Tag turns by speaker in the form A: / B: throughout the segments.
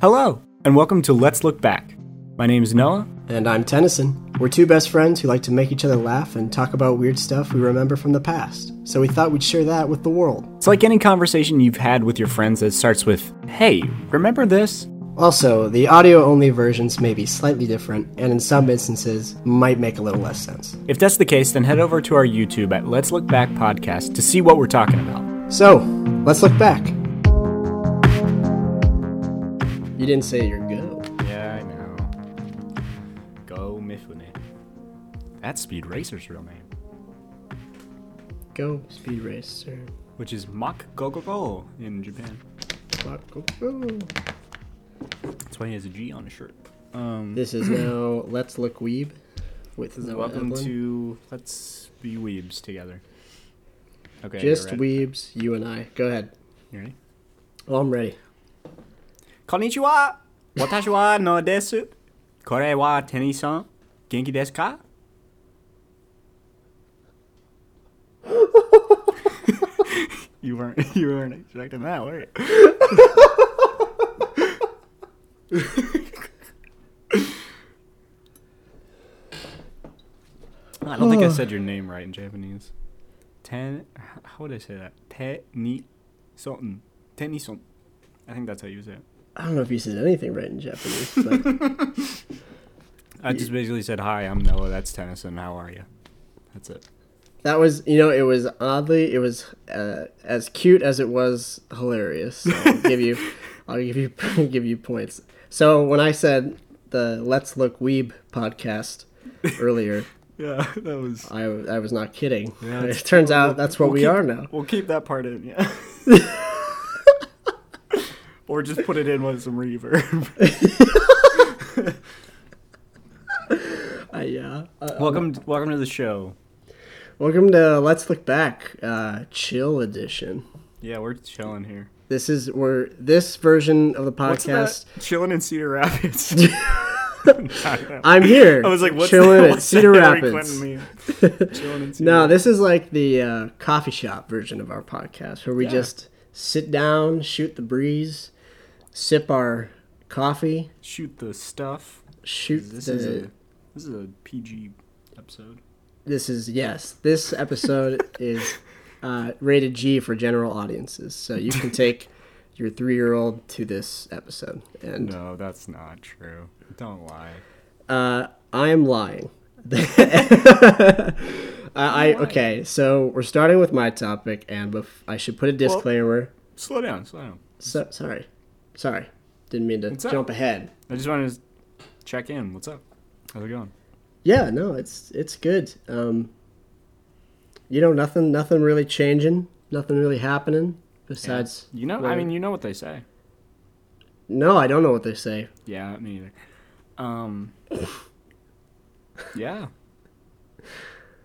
A: Hello, and welcome to Let's Look Back. My name's Noah.
B: And I'm Tennyson. We're two best friends who like to make each other laugh and talk about weird stuff we remember from the past. So we thought we'd share that with the world.
A: It's like any conversation you've had with your friends that starts with, Hey, remember this?
B: Also, the audio only versions may be slightly different, and in some instances, might make a little less sense.
A: If that's the case, then head over to our YouTube at Let's Look Back Podcast to see what we're talking about.
B: So, let's look back. You didn't say you're good.
A: Yeah, I know. Go Mifune. That's Speed Racer's real name,
B: Go, Speed Racer.
A: which is Mach Go Go Go in Japan. That's why he has a G on his shirt. Um,
B: This is now Let's Look Weeb with Noah
A: welcome
B: Eplin.
A: to Let's Be Weebs Together. Okay. you're
B: Just
A: ready.
B: Weebs, you and I. Go ahead.
A: You ready?
B: Oh, I'm ready.
A: こんにちは私はのです。これはテニーさん。元気ですか you, weren't, you weren't expecting that, were you? I don't think I said your name right in Japanese. Ten, how would I say that? Te ni son. Te ni son. I think that's how you say it.
B: I don't know if you said anything right in Japanese, but
A: I just basically said, "Hi, I'm Noah. That's Tennyson. How are you?" That's it.
B: that was, you know, it was oddly, it was uh, as cute as it was hilarious. So I'll give you, I'll give you, give you points. So when I said the Let's Look Weeb podcast earlier,
A: Yeah, that was.
B: I, I was not kidding.
A: Yeah,
B: it
A: it's-
B: turns out that's what we are now.
A: We'll keep that part in, yeah. or just put it in with some reverb.
B: I, yeah. Uh,
A: welcome, welcome to the show.
B: welcome to Let's Look Back, uh, chill edition.
A: Yeah, we're chilling here.
B: This is where this version of the
A: What's
B: podcast.
A: that? Chilling in Cedar Rapids. I
B: I'm here.
A: was like, "What's
B: chilling
A: that?
B: at
A: what's that
B: Cedar
A: Hillary
B: Rapids.
A: Clinton meme? Chilling in Cedar.
B: No,
A: Rapids.
B: this is like the uh, coffee shop version of our podcast, where we just sit down, shoot the breeze, sip our coffee,
A: shoot the stuff.
B: shoot
A: This
B: the.
A: is a this is a PG episode.
B: This is yes. This episode is uh, rated G for general audiences, so you can take your three-year-old to this episode. And
A: No, that's not true. Don't lie.
B: Uh, I am lying. I, I okay. So we're starting with my topic, and bef- I should put a disclaimer.
A: Slow down. Slow down.
B: so, sorry, sorry, didn't mean to
A: up?
B: jump ahead.
A: I just wanted to check in. What's up? How's it going?
B: Yeah, no, it's it's good. Um, you know, nothing, nothing really changing, nothing really happening besides.
A: You know, I
B: Right.
A: mean, you know what they say.
B: No, I don't know what they say.
A: Yeah, me either. Um, yeah.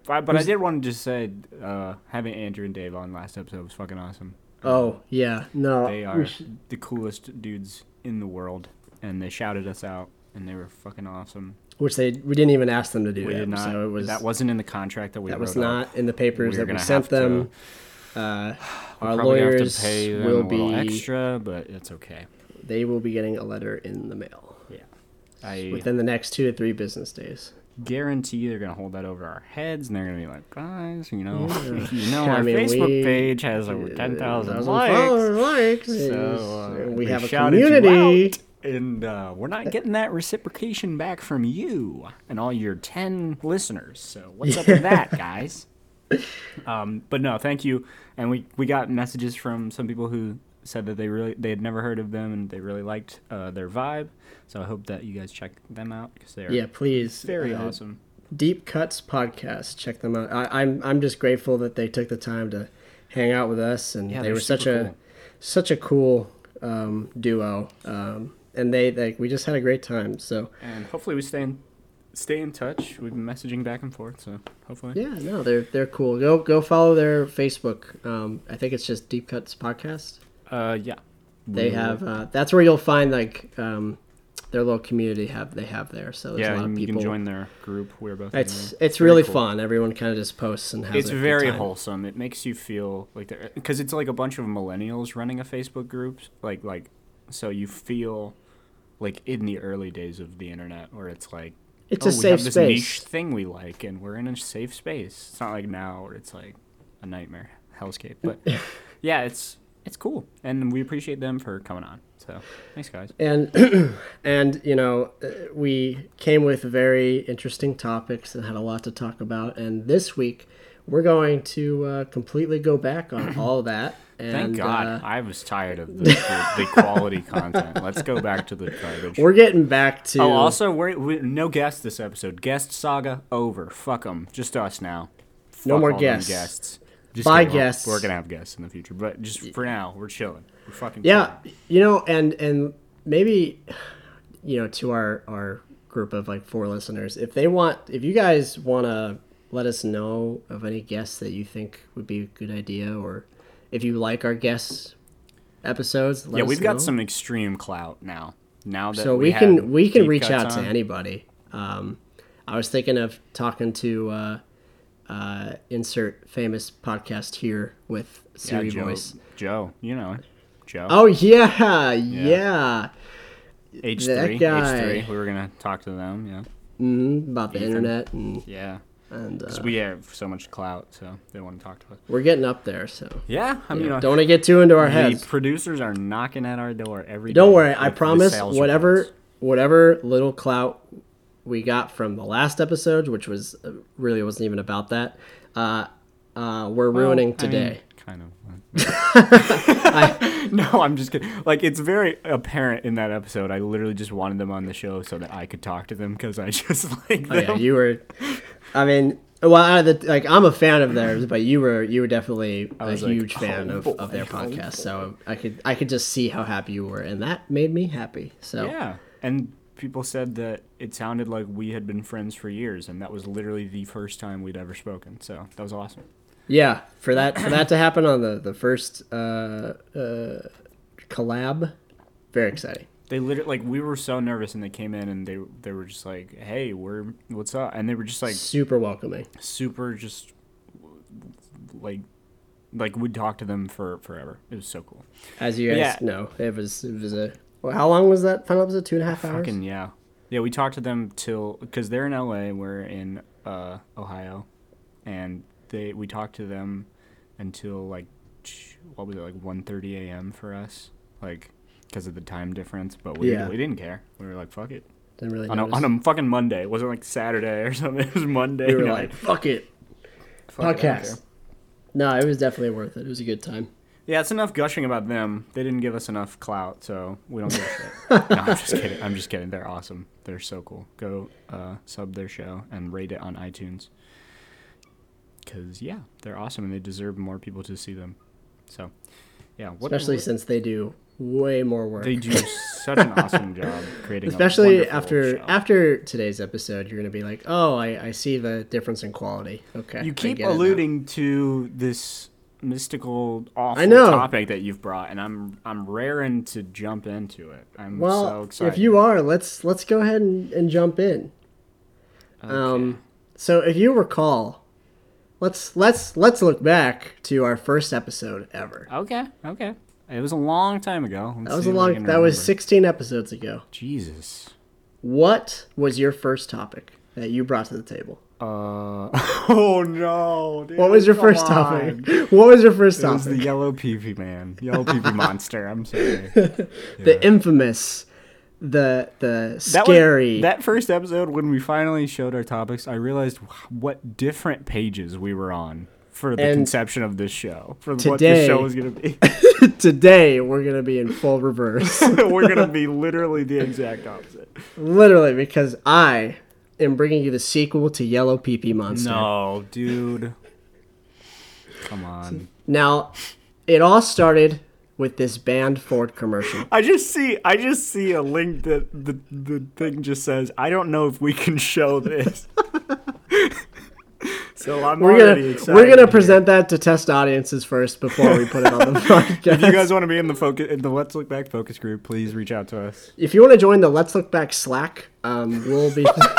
A: But, but I did want to just say uh, having Andrew and Dave on last episode was fucking awesome.
B: Oh yeah, no.
A: They
B: we
A: are
B: sh-
A: the coolest dudes in the world, and they shouted us out, and they were fucking awesome.
B: Which they we didn't even ask them to do
A: We
B: that.
A: did not.
B: So it was
A: that wasn't in the contract that we.
B: that was
A: wrote up.
B: not in the papers
A: We're
B: that we
A: gonna
B: sent
A: have
B: them. Uh, our
A: Probably have to
B: lawyers
A: pay them
B: will
A: a little
B: be
A: extra, but it's okay.
B: they will be getting a letter in the mail
A: I
B: within the next two to three business days.
A: guarantee they're gonna hold that over our heads, and they're gonna be like, guys, you know,
B: Yeah.
A: you know,
B: I
A: our
B: mean,
A: Facebook
B: we-
A: page has over
B: Uh,
A: ten thousand
B: 1,000
A: likes,
B: likes.
A: so uh,
B: we have a
A: shouted you
B: community.
A: out, and uh, we're not getting that reciprocation back from you and all your ten listeners. So what's up with that, guys? Um, but no, thank you. And we we got messages from some people who said that they really they had never heard of them and they really liked uh, their vibe. So I hope that you guys check them out because they're
B: Yeah, please.
A: very
B: uh,
A: awesome.
B: Deep Cuts podcast. Check them out. I, I'm I'm just grateful that they took the time to hang out with us, and
A: Yeah,
B: they
A: they're
B: were such
A: super
B: a
A: cool.
B: such a cool um, duo. Um, and they like we just had a great time. So
A: and hopefully we stay in stay in touch. We've been messaging back and forth, so hopefully.
B: yeah, no, they're they're cool. Go go follow their Facebook. Um, I think it's just Deep Cuts podcast.
A: Uh, yeah.
B: They have uh, that's where you'll find like um, their little community have they have there. So there's
A: Yeah,
B: a lot of
A: and you
B: people.
A: can join their group. We're both. in
B: It's
A: there.
B: it's
A: Very
B: really
A: cool.
B: fun. Everyone kind of just posts and has.
A: It's
B: a good
A: very
B: time.
A: wholesome. It makes you feel like they're because it's like a bunch of millennials running a Facebook group. Like like, so you feel like in the early days of the internet where it's like
B: It's
A: oh,
B: a
A: we
B: safe
A: have this
B: space.
A: niche thing we like and we're in a safe space. It's not like now where it's like a nightmare hellscape. But yeah, it's it's cool. And we appreciate them for coming on. So thanks guys.
B: and and you know uh, we came with very interesting topics and had a lot to talk about and this week we're going to uh, completely go back on all that and
A: Thank God.
B: uh,
A: I was tired of the, the, the quality content. Let's go back to the garbage.
B: we're getting back to
A: Oh, also, we're, we no guests this episode. Guest saga over. Fuck them. Just us now.
B: No
A: Fuck
B: more
A: all them
B: guests.
A: Just
B: Bye,
A: kidding. We're-
B: guests.
A: We're gonna have guests in the future, but just for now, we're chilling. We're fucking
B: yeah
A: chilling.
B: you know and and maybe you know to our our group of like four listeners if they want if you guys want to let us know of any guests that you think would be a good idea or if you like our guests episodes let
A: Yeah,
B: us
A: we've
B: know.
A: got some extreme clout now. Now that
B: so
A: we,
B: we
A: had
B: can we can
A: deep
B: reach
A: cuts
B: out to
A: on.
B: anybody um i was thinking of talking to uh uh insert famous podcast here with
A: yeah,
B: siri
A: Joe,
B: voice
A: Joe, you know, him. Joe.
B: oh yeah, yeah.
A: H
B: that
A: three,
B: guy.
A: H three. We were gonna talk to them. Yeah,
B: Mhm, about the internet and,
A: yeah.
B: and uh,
A: 'Cause we have so much clout, so they want to talk to us.
B: we're getting up there so
A: Yeah, I mean,
B: don't
A: uh,
B: want to get too into our
A: the
B: heads
A: producers are knocking at our door every
B: don't
A: day
B: worry i
A: with the
B: promise
A: sales
B: whatever
A: reports.
B: whatever little clout we got from the last episode which was uh, really wasn't even about that uh uh we're
A: I
B: ruining
A: mean,
B: today
A: kind of. no, I'm just kidding. Like it's very apparent in that episode. I literally just wanted them on the show so that I could talk to them because I just like them.
B: Oh, yeah, you were. I mean, well, out of the like, I'm a fan of theirs, but you were you were definitely a
A: was like,
B: huge fan
A: "Oh
B: of,
A: boy,
B: of their
A: oh
B: podcast. so I could I could just see how happy you were, and that made me happy. So
A: Yeah. and people said that it sounded like we had been friends for years, and that was literally the first time we'd ever spoken. So that was awesome.
B: yeah, for that for that to happen on the the first uh, uh, collab, very exciting.
A: They literally like we were so nervous, and they came in and they they were just like, "Hey, we're what's up?" And they were just like
B: Super welcoming.
A: super just like like we'd talk to them for forever. It was so cool.
B: As you guys
A: Yeah.
B: know, it was it was a. Well, how long was that final episode? Two and a half hours.
A: Fucking yeah, yeah. We talked to them till because they're in L.A. We're in uh, Ohio, and they we talked to them until like ch- what was it like 1.30 a.m. for us, like because of the time difference. But we
B: Yeah.
A: we didn't care. We were like fuck it
B: Didn't really
A: on a,
B: notice.
A: on a fucking Monday. It wasn't like Saturday or something. It was Monday.
B: we were
A: night.
B: like, fuck it,
A: Fuck it, I don't care.
B: podcast. No, it was definitely worth it. It was a good time.
A: Yeah, it's enough gushing about them. They didn't give us enough clout, so we don't give a shit. no, I'm just kidding. I'm just kidding. They're awesome. They're so cool. Go uh, sub their show and rate it on iTunes. Because, yeah, they're awesome and they deserve more people to see them. So, yeah. What,
B: especially
A: what-
B: since they do way more work.
A: they do such an awesome job creating a
B: especially
A: wonderful
B: after
A: show.
B: after today's episode, you're gonna be like, "Oh, I, I see the difference in quality." Okay, I
A: You keep
B: get it now.
A: alluding to this mystical awful
B: I know.
A: topic that you've brought and I'm I'm raring to jump into it. I'm so
B: Well,
A: excited.
B: if you are, let's let's go ahead and, and jump in. Um, so if you recall, let's let's let's look back to our first episode ever.
A: Okay, okay. It was a long time ago. Let's
B: That was
A: see
B: a
A: if I
B: long. That
A: can remember.
B: was 16 episodes ago.
A: Jesus.
B: What was your first topic that you brought to the table?
A: Uh, oh no! dude,
B: What was your
A: come
B: first
A: on.
B: topic? What was your first
A: It was the
B: topic?
A: yellow peepee man, yellow peepee monster. I'm sorry.
B: the infamous, the the
A: That was-
B: scary.
A: that first episode, when we finally showed our topics, I realized wh- what different pages we were on for the
B: And
A: conception of this show, for what
B: today-
A: this show was going to be.
B: Today we're gonna be in full reverse,
A: we're going to be literally the exact opposite.
B: literally, because I am bringing you the sequel to Yellow Pee Pee Monster.
A: No, dude. Come on.
B: Now, it all started with this banned Ford commercial.
A: I just see I just see a link that the, the thing just says, I don't know if we can show this. so I'm
B: We're
A: already
B: gonna
A: excited.
B: we're
A: here.
B: gonna present that to test audiences first before we put it on the podcast.
A: If you guys want to be in the focus in the Let's Look Back focus group, please reach out to us.
B: if you want to join the Let's Look Back Slack, um, we'll be.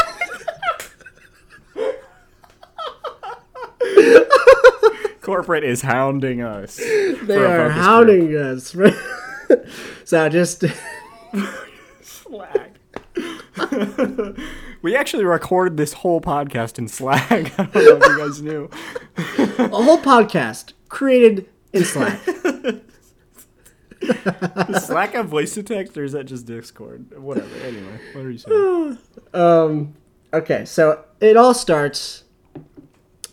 A: Corporate is hounding us.
B: They
A: for a
B: are
A: focus
B: hounding us. so just
A: Slack. we actually recorded this whole podcast in Slack. I don't know if you guys knew.
B: A whole podcast created in Slack.
A: Is Slack have voice to text, or is that just Discord? Whatever. Anyway, what are you
B: Uh,
A: saying?
B: Um, okay, so it all starts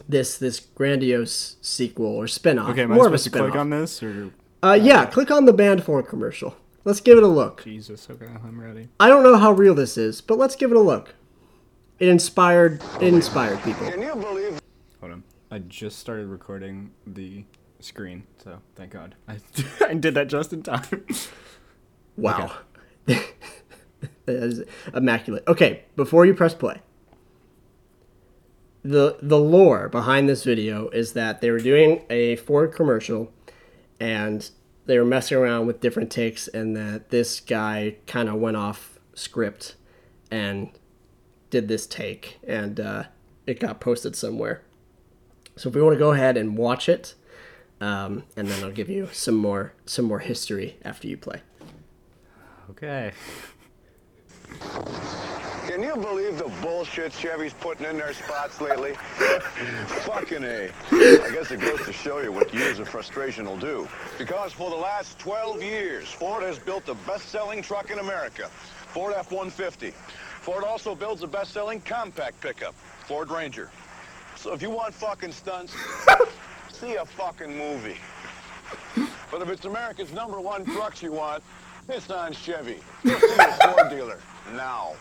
B: this this grandiose sequel or spinoff.
A: Okay, am I
B: more of a
A: supposed to
B: spinoff.
A: click on this or
B: uh, yeah, click on the band for commercial. Let's give it a look.
A: Jesus? Okay, I'm ready.
B: I don't know how real this is, but let's give it a look. It inspired it inspired people.
C: Can you believe
A: Hold on. I just started recording the screen, so thank God I, I did that just in time.
B: Wow. that is immaculate. Okay, before you press play. The the lore behind this video is that they were doing a Ford commercial and they were messing around with different takes and that this guy kind of went off script and did this take and uh, it got posted somewhere. So if we want to go ahead and watch it um, and then I'll give you some more some more history after you play.
A: Okay.
C: can you believe the bullshit Chevy's putting in their spots lately? Fucking A. I guess it goes to show you what years of frustration will do. Because for the last 12 years, Ford has built the best-selling truck in America, Ford F-150. Ford also builds the best-selling compact pickup, Ford Ranger. So if you want fucking stunts, see a fucking movie. But if it's America's number one trucks you want, it's on Chevy. Go see your Ford dealer now.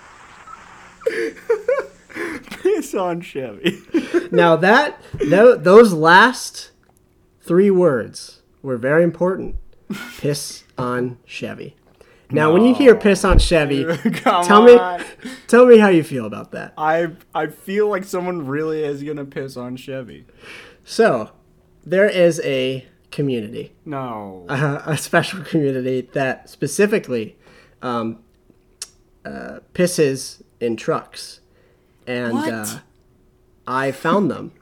A: Piss on Chevy.
B: now that tho- those last three words were very important. Piss on Chevy. Now, when you hear "piss on Chevy,"
A: Come
B: tell
A: on.
B: me, tell me how you feel about that.
A: I I feel like someone really is gonna piss on Chevy.
B: So, there is a community,
A: No.
B: uh, a special community that specifically um, uh, pisses in trucks, and Uh, I found them.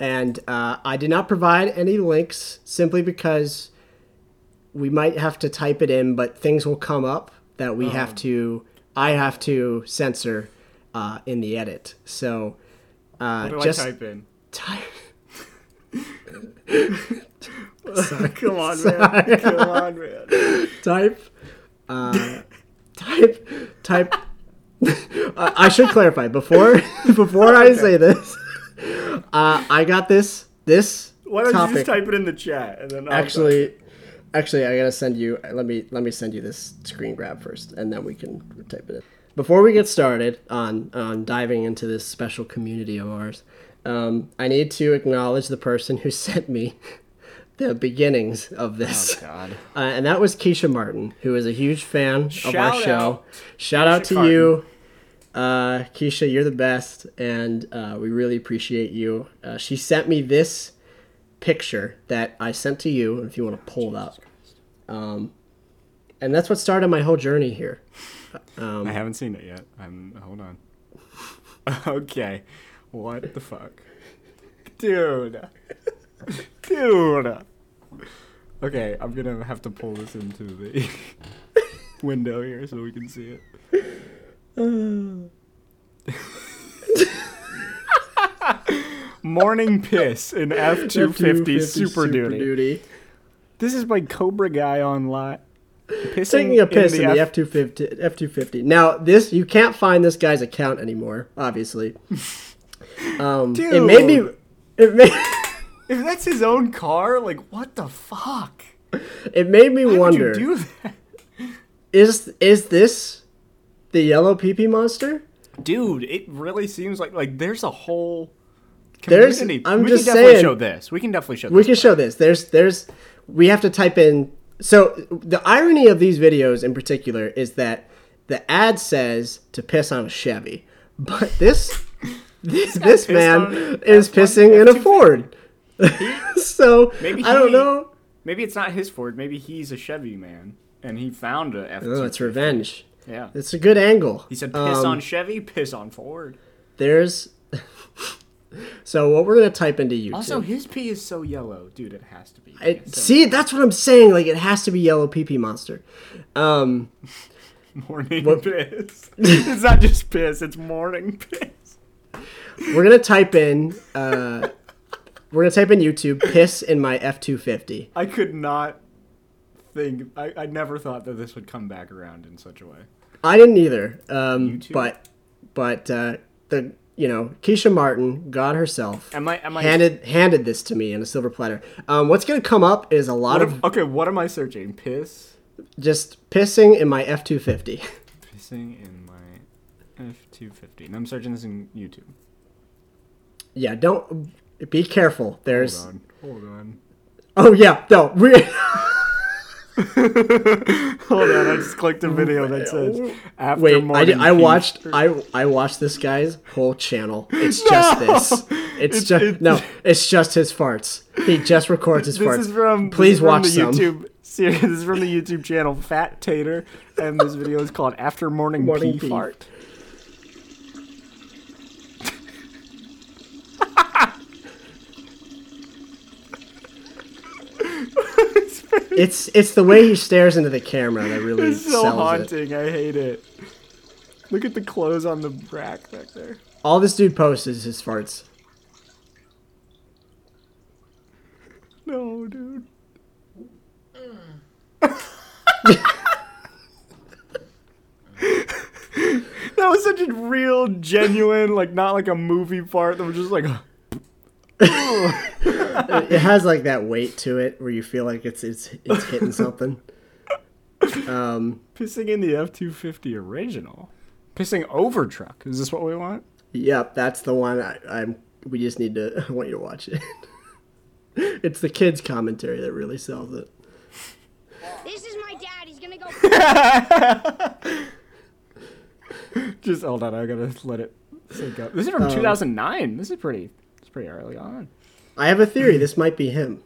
B: and uh, I did not provide any links simply because we might have to type it in, but things will come up that we
A: Oh.
B: have to, I have to censor uh, in the edit. So uh,
A: what do
B: just
A: I type in?
B: type.
A: Come on, man. Come on, man.
B: type uh, type type I I should clarify before before I say this uh, I got this this
A: Why don't
B: topic
A: you just type it in the chat and then I'll
B: actually actually I gotta send you let me let me send you this screen grab first and then we can type it in before we get started on on diving into this special community of ours um, I need to acknowledge the person who sent me the beginnings of this
A: Oh, God.
B: uh, and that was Keisha Martin, who is a huge fan of our
A: Shout
B: show.
A: out.
B: Shout out
A: Keisha
B: to you, uh, Keisha. You're the best, and uh, we really appreciate you. Uh, she sent me this picture that I sent to you, and if you want to pull it up, um, and that's what started my whole journey here.
A: I haven't seen it yet. I'm hold on. okay. What the fuck? Dude. Dude. Okay, I'm gonna have to pull this into the window here so we can see it. Morning piss in F two fifty Super Duty. This is by Cobra Guy online. Pissing
B: Taking a piss in the
A: F-
B: F two fifty F two fifty. Now this you can't find this guy's account anymore, obviously. Um, it made me.
A: Dude.
B: It made.
A: If that's his own car, like what the fuck?
B: It made me
A: Why would
B: wonder:
A: you do that?
B: is is this the yellow pee pee monster?
A: Dude, it really seems like like there's a whole
B: There's-
A: community.
B: I'm
A: we
B: just
A: can definitely
B: saying-
A: show this. We can definitely show
B: We
A: this.
B: can show this. There's there's we have to type in. So the irony of these videos in particular is that the ad says to piss on a Chevy, but this this, this
A: pissed
B: man
A: on an
B: is
A: F one
B: pissing in a
A: F250.
B: Ford. so
A: Maybe
B: I don't
A: he-
B: know.
A: Maybe it's not his Ford. Maybe he's a Chevy man, and he found a F.
B: Oh, it's revenge.
A: Yeah.
B: It's a good angle. Um,
A: He said, "Piss on Chevy, piss on Ford."
B: There's. so what we're gonna type into YouTube.
A: Also, his pee is so yellow, dude. It has to be.
B: It, see, that's what I'm saying. Like, it has to be Yellow PP Monster. Um,
A: Morning
B: What-
A: piss. it's not just piss. It's morning piss.
B: We're gonna type in. Uh, we're gonna type in YouTube piss in my F two fifty.
A: I could not think. I, I never thought that this would come back around in such a way.
B: I didn't either. Um,
A: too.
B: but but uh, the you know Keisha Martin, God herself,
A: Am I? Am I?
B: handed handed this to me in a silver platter. Um, what's gonna come up is a lot
A: what
B: of
A: am- okay. What am I searching? Piss.
B: just pissing in my F two fifty.
A: Pissing in my F two fifty. And I'm searching this in YouTube.
B: Yeah, don't be careful. There's
A: Hold on. Hold on.
B: oh yeah no re-
A: Hold on. I just clicked a video that says after
B: wait I,
A: morning
B: did- I
A: pee."
B: watched I I watched this guy's whole channel. It's just
A: No!
B: this. It's,
A: It's-
B: just
A: it's-
B: no. It's just his farts. He just records his farts.
A: This is from this
B: Please
A: is from
B: watch
A: the
B: some.
A: YouTube series. This is from the YouTube channel Fat Tater, and this video is called "After Morning,
B: Morning
A: Pee,
B: Pee.
A: Fart."
B: It's it's the way he stares into the camera that really
A: It's so
B: sells it.
A: haunting. I hate it. Look at the clothes on the rack back there.
B: All this dude posts is his farts.
A: No, dude. that was such a real, genuine, like not like a movie fart that was just like.
B: It has like that weight to it where you feel like it's it's it's hitting something. Um,
A: Pissing in the F two fifty original. Pissing over truck. Is this what we want?
B: yep, that's the one. I, I'm. We just need to. I want you to watch it. it's the kids' commentary that really sells it.
D: This is my dad. He's gonna go.
A: Just hold on, I gotta let it sink up. This is from two thousand nine. This is pretty. It's pretty early on.
B: I have a theory. This might be him.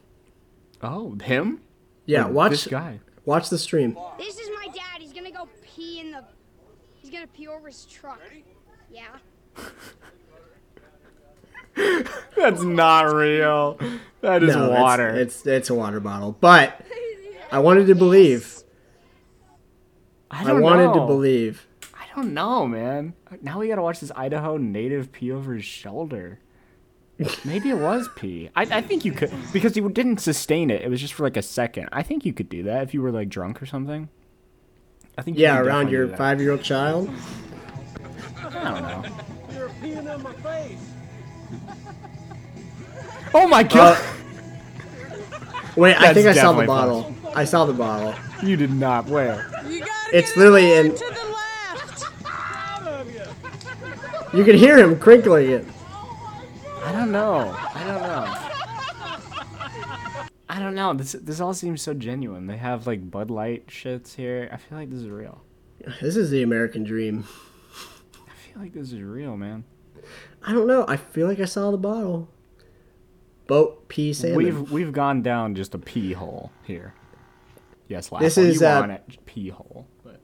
A: Oh, him?
B: Yeah,
A: This
B: watch
A: guy.
B: watch the stream.
D: this is my dad. He's gonna go pee in the. He's gonna pee over his truck. Yeah.
A: That's not real. That is
B: No,
A: water.
B: It's, it's it's a water bottle, but I wanted to believe. I,
A: don't
B: wanted to
A: know.
B: believe.
A: I don't know, man. Now we gotta watch this Idaho native pee over his shoulder. Maybe it was pee. I, I think you could because you didn't sustain it. It was just for like a second. I think you could do that if you were like drunk or something. I think. you
B: Yeah,
A: could
B: around
A: definitely
B: your
A: do that.
B: five-year-old child.
A: I don't know.
E: You're peeing on my face.
A: Oh
B: Uh,
A: my god!
B: Wait, I
A: That's
B: think I saw the
A: definitely
B: bottle. I saw the bottle.
A: you did not. Where?
E: You gotta
B: It's
E: get
B: literally
E: it
B: in-
E: to the left. Out of you.
B: You can hear him crinkling it.
A: I don't know. I don't know. I don't know. This this all seems so genuine. They have like Bud Light shits here. I feel like this is real.
B: This is the American dream.
A: I feel like this is real, man.
B: I don't know. I feel like I saw the bottle. Boat pea salmon.
A: We've we've gone down just a pee hole here. Yes, last
B: This
A: one.
B: is,
A: you
B: uh,
A: were on it pee hole. But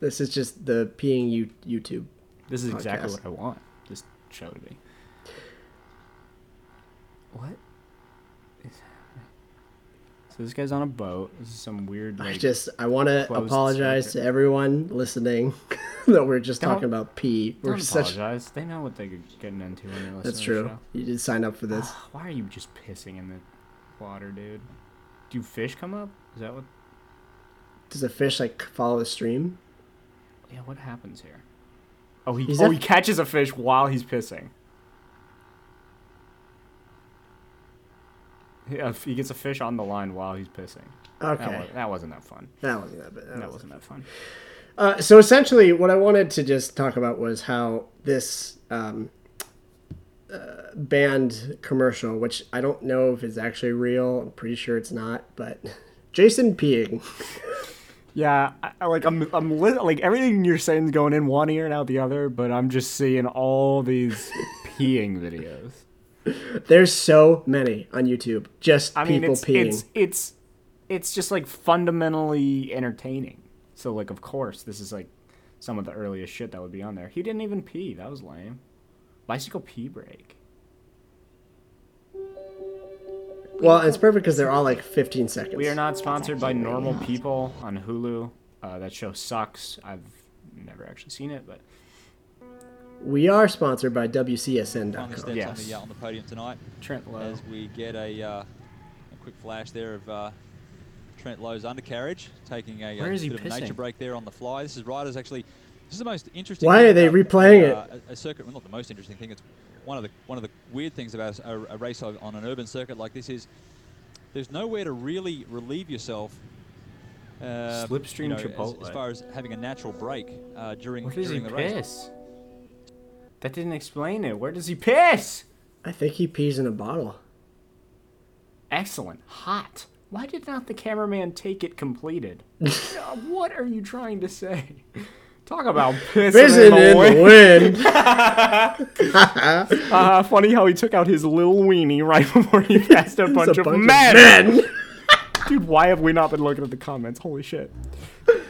B: This is just the peeing you YouTube.
A: this is exactly
B: podcast.
A: what I want. This show to be. What? is happening? So this guy's on a boat. This is some weird.
B: I
A: Like,
B: just I want to
A: closed
B: apologize to
A: circuit.
B: everyone listening that we're just
A: Don't-
B: talking about pee. We're
A: don't
B: such
A: apologize. They know what they're getting into when they listen
B: That's
A: to the
B: true.
A: show.
B: You did sign up for this.
A: Why are you just pissing in the water, dude? Do fish come up? Is that what?
B: Does a fish like follow the stream?
A: Yeah, what happens here? Oh, he
B: He's
A: oh
B: a-
A: he catches a fish while he's pissing. Yeah, he gets a fish on the line while he's pissing.
B: Okay,
A: That, was, that wasn't that fun.
B: that wasn't that bad. That
A: That
B: wasn't-
A: wasn't that fun.
B: Uh, so essentially, what I wanted to just talk about was how this um, uh, band commercial, which I don't know if it's actually real. I'm pretty sure it's not, but Jason peeing.
A: Yeah, I, I- like I'm, I'm li- like everything you're saying is going in one ear and out the other, but I'm just seeing all these peeing videos.
B: There's so many on YouTube. Just
A: I mean,
B: people
A: it's,
B: peeing.
A: it's it's it's just like fundamentally entertaining. So like, of course, this is like some of the earliest shit that would be on there. He didn't even pee. That was lame. Bicycle pee break.
B: Well, it's perfect because they're all like 15 seconds.
A: We are not sponsored by normal people on Hulu. Uh, Uh, that show sucks. I've never actually seen it, but
B: We are sponsored by WCSN.com.
F: Thomas steps on
A: Yes.
F: the, uh, on the podium tonight
A: Trent Lowe.
F: as we get a, uh, a quick flash there of uh, Trent Lowe's undercarriage taking a, uh,
A: Where is he
F: bit of a nature
A: pissing?
F: break there on the fly. This is riders actually. This is the most interesting.
B: Why
F: thing
B: are they
F: about,
B: replaying
F: uh, A, a circuit, well, not the most interesting thing. It's one of the one of the weird things about a, a race on on an urban circuit like this is there's nowhere to really relieve yourself. Uh,
A: Slipstream
F: you know, as- As,
A: Chipotle.
F: far as having a natural break uh, during
A: Where does he
F: during the race.
A: piss? That didn't explain it. Where does he piss?
B: I think he pees in a bottle.
A: Excellent. Hot. Why did not the cameraman take it completed? Uh, what are you trying to say? Talk about pissing
B: Vision
A: in the wind.
B: wind.
A: Uh, funny how he took out his little weenie right before he passed a bunch,
B: It's a
A: of,
B: bunch of
A: men.
B: men.
A: Dude, why have we not been looking at the comments? Holy shit.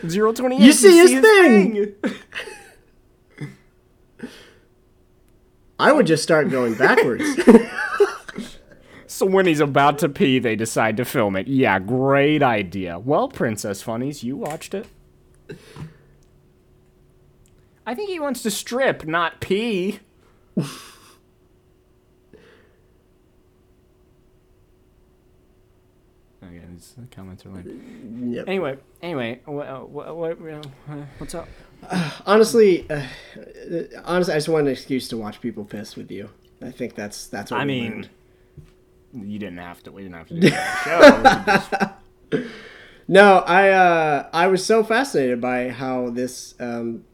A: Zero twenty eight.
B: You see his thing!
A: thing.
B: I would just start going backwards.
A: So when he's about to pee, they decide to film it. Yeah, great idea. Well, Princess Funnies, you watched it. I think he wants to strip, not pee. okay, these comments are lame.
B: Yep.
A: Anyway, anyway, what, what, uh, what's up?
B: honestly, uh, honestly, I just want an excuse to watch people piss with you. I think that's that's what
A: I
B: we
A: mean,
B: learned.
A: you didn't have to. We didn't have to do that show.
B: No, I uh, I was so fascinated by how this um,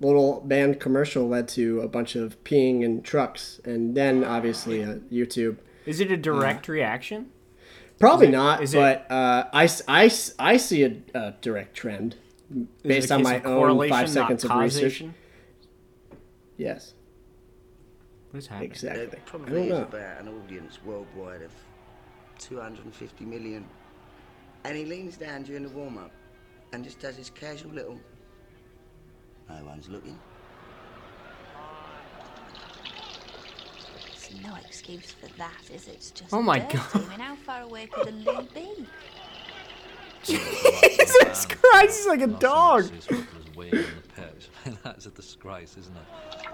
B: little band commercial led to a bunch of peeing in trucks, and then obviously uh, YouTube.
A: Is it a direct reaction?
B: Probably not,
A: is it-
B: but uh, I, s- I s- I see a, a direct trend
A: Is it a
B: based on
A: case
B: my
A: of
B: own
A: correlation,
B: five
A: not
B: seconds of research.
A: causation?
B: Yes,
A: What is happening?
B: exactly.
G: There
B: I don't
G: probably is
B: know.
G: about an audience worldwide of 250 million. And he leans down during the warm up and just does his casual little. No one's looking.
H: There's no excuse for that, is it? It's just
A: Oh my
H: dirty.
A: God.
H: I mean, how far away could the loo be?
A: Jesus Christ, he's like a dog.
I: That's a disgrace, isn't it?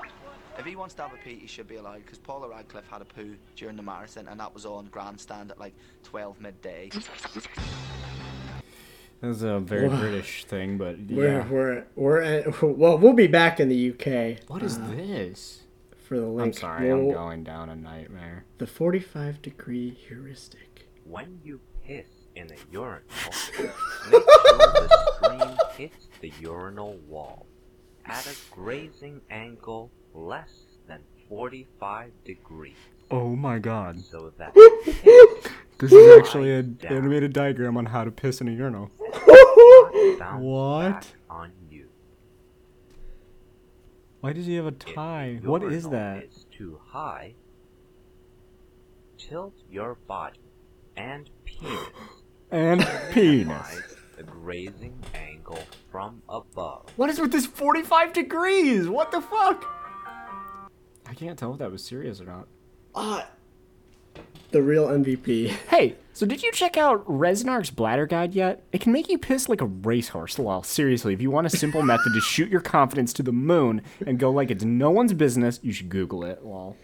J: If he wants to have a pee, he should be allowed, because Paula Radcliffe had a poo during the marathon, and that was on grandstand at like 12 midday.
A: That's a very British thing, but
B: We're
A: yeah.
B: we're we're at, well, we'll be back in the UK
A: What is this?
B: for the link.
A: uh, I'm sorry, I'm
B: We'll-
A: going down a nightmare.
B: The 45 degree heuristic.
I: When you piss in a urinal, make sure the stream hits the urinal wall at a grazing angle less than 45 degrees,
A: Oh my god.
I: so that it is
A: This is actually an
I: Down.
A: animated diagram on how to piss in a urinal.
I: not bounce
A: What?
I: back on you.
A: Why does he have a
I: If
A: tie?
I: the
A: What is
I: urinal
A: that?
I: is too high. Tilt your body and penis
A: And penis.
I: minimize the grazing angle from above.
A: What is with this 45 degrees? What the fuck? I can't tell if that was serious or not.
B: Ah, the real MVP.
A: Hey, so did you check out Reznar's bladder guide yet? It can make you piss like a racehorse. Lol, seriously, if you want a simple method to shoot your confidence to the moon and go like it's no one's business, you should Google it. Lol.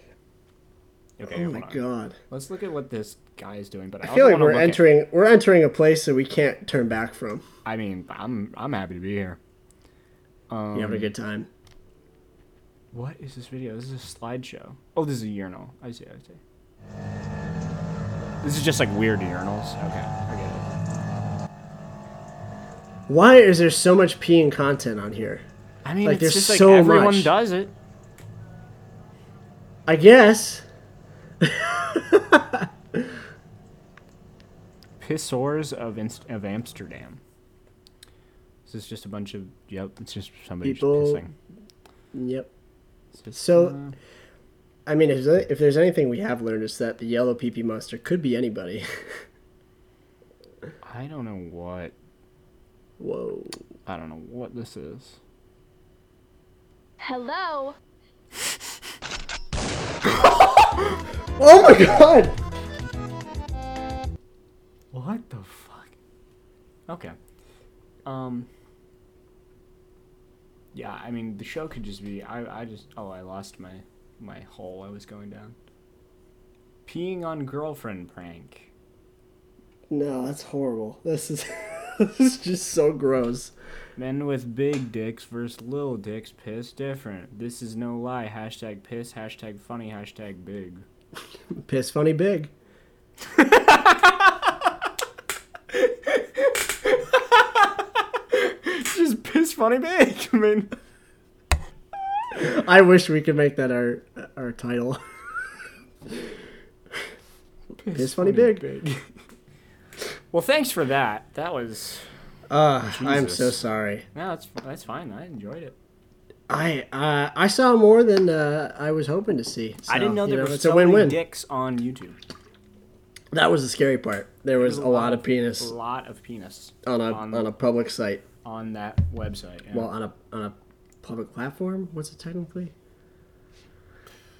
A: Okay,
B: Oh
A: hold
B: my
A: on.
B: god.
A: Let's look at what this guy is doing. But I,
B: I feel like
A: wanna
B: we're
A: look at-
B: entering we're entering a place that we can't turn back from.
A: I mean, I'm I'm happy to be here.
B: you
A: Um,
B: having a good time?
A: What is this video? This is a slideshow. Oh, this is a urinal. I see. I see. This is just like weird urinals. Okay, I get it.
B: Why is there so much peeing content on here?
A: I mean,
B: Like,
A: it's
B: there's
A: just like
B: so
A: everyone
B: much.
A: does it.
B: I guess.
A: Pissors of Inst- of Amsterdam. This is just a bunch of yep. It's just somebody just
B: People-
A: pissing.
B: Yep.
A: It's just,
B: So-
A: uh,
B: I mean, if, there- if there's anything we have learned, it's that the yellow pee pee monster could be anybody.
A: I don't know what
B: Whoa.
A: I don't know what this is.
H: Hello?
B: Oh my god!
A: What the fuck? Okay. Um. Yeah, I mean the show could just be I I just oh I lost my my hole I was going down. Peeing on girlfriend prank.
B: No, that's horrible. This is this is just so gross.
A: Men with big dicks versus little dicks piss different. This is no lie. Hashtag piss. Hashtag funny. Hashtag big.
B: Piss funny big.
A: just piss funny big. I mean,
B: I wish we could make that our our title.
A: Piss
B: Piss funny,
A: funny
B: big.
A: well, thanks for that. That was
B: Ah, I'm so
A: Jesus.
B: sorry.
A: no, that's that's fine. I enjoyed it.
B: I uh, I saw more than uh, I was hoping to see.
A: I didn't know
B: you
A: there were
B: it's
A: so
B: a win-win.
A: many dicks on YouTube.
B: That was the scary part. There was a lot of penis
A: A lot of penis
B: on a
A: on,
B: on a public site.
A: on that website. yeah.
B: Well, on a on a public platform. What's it technically?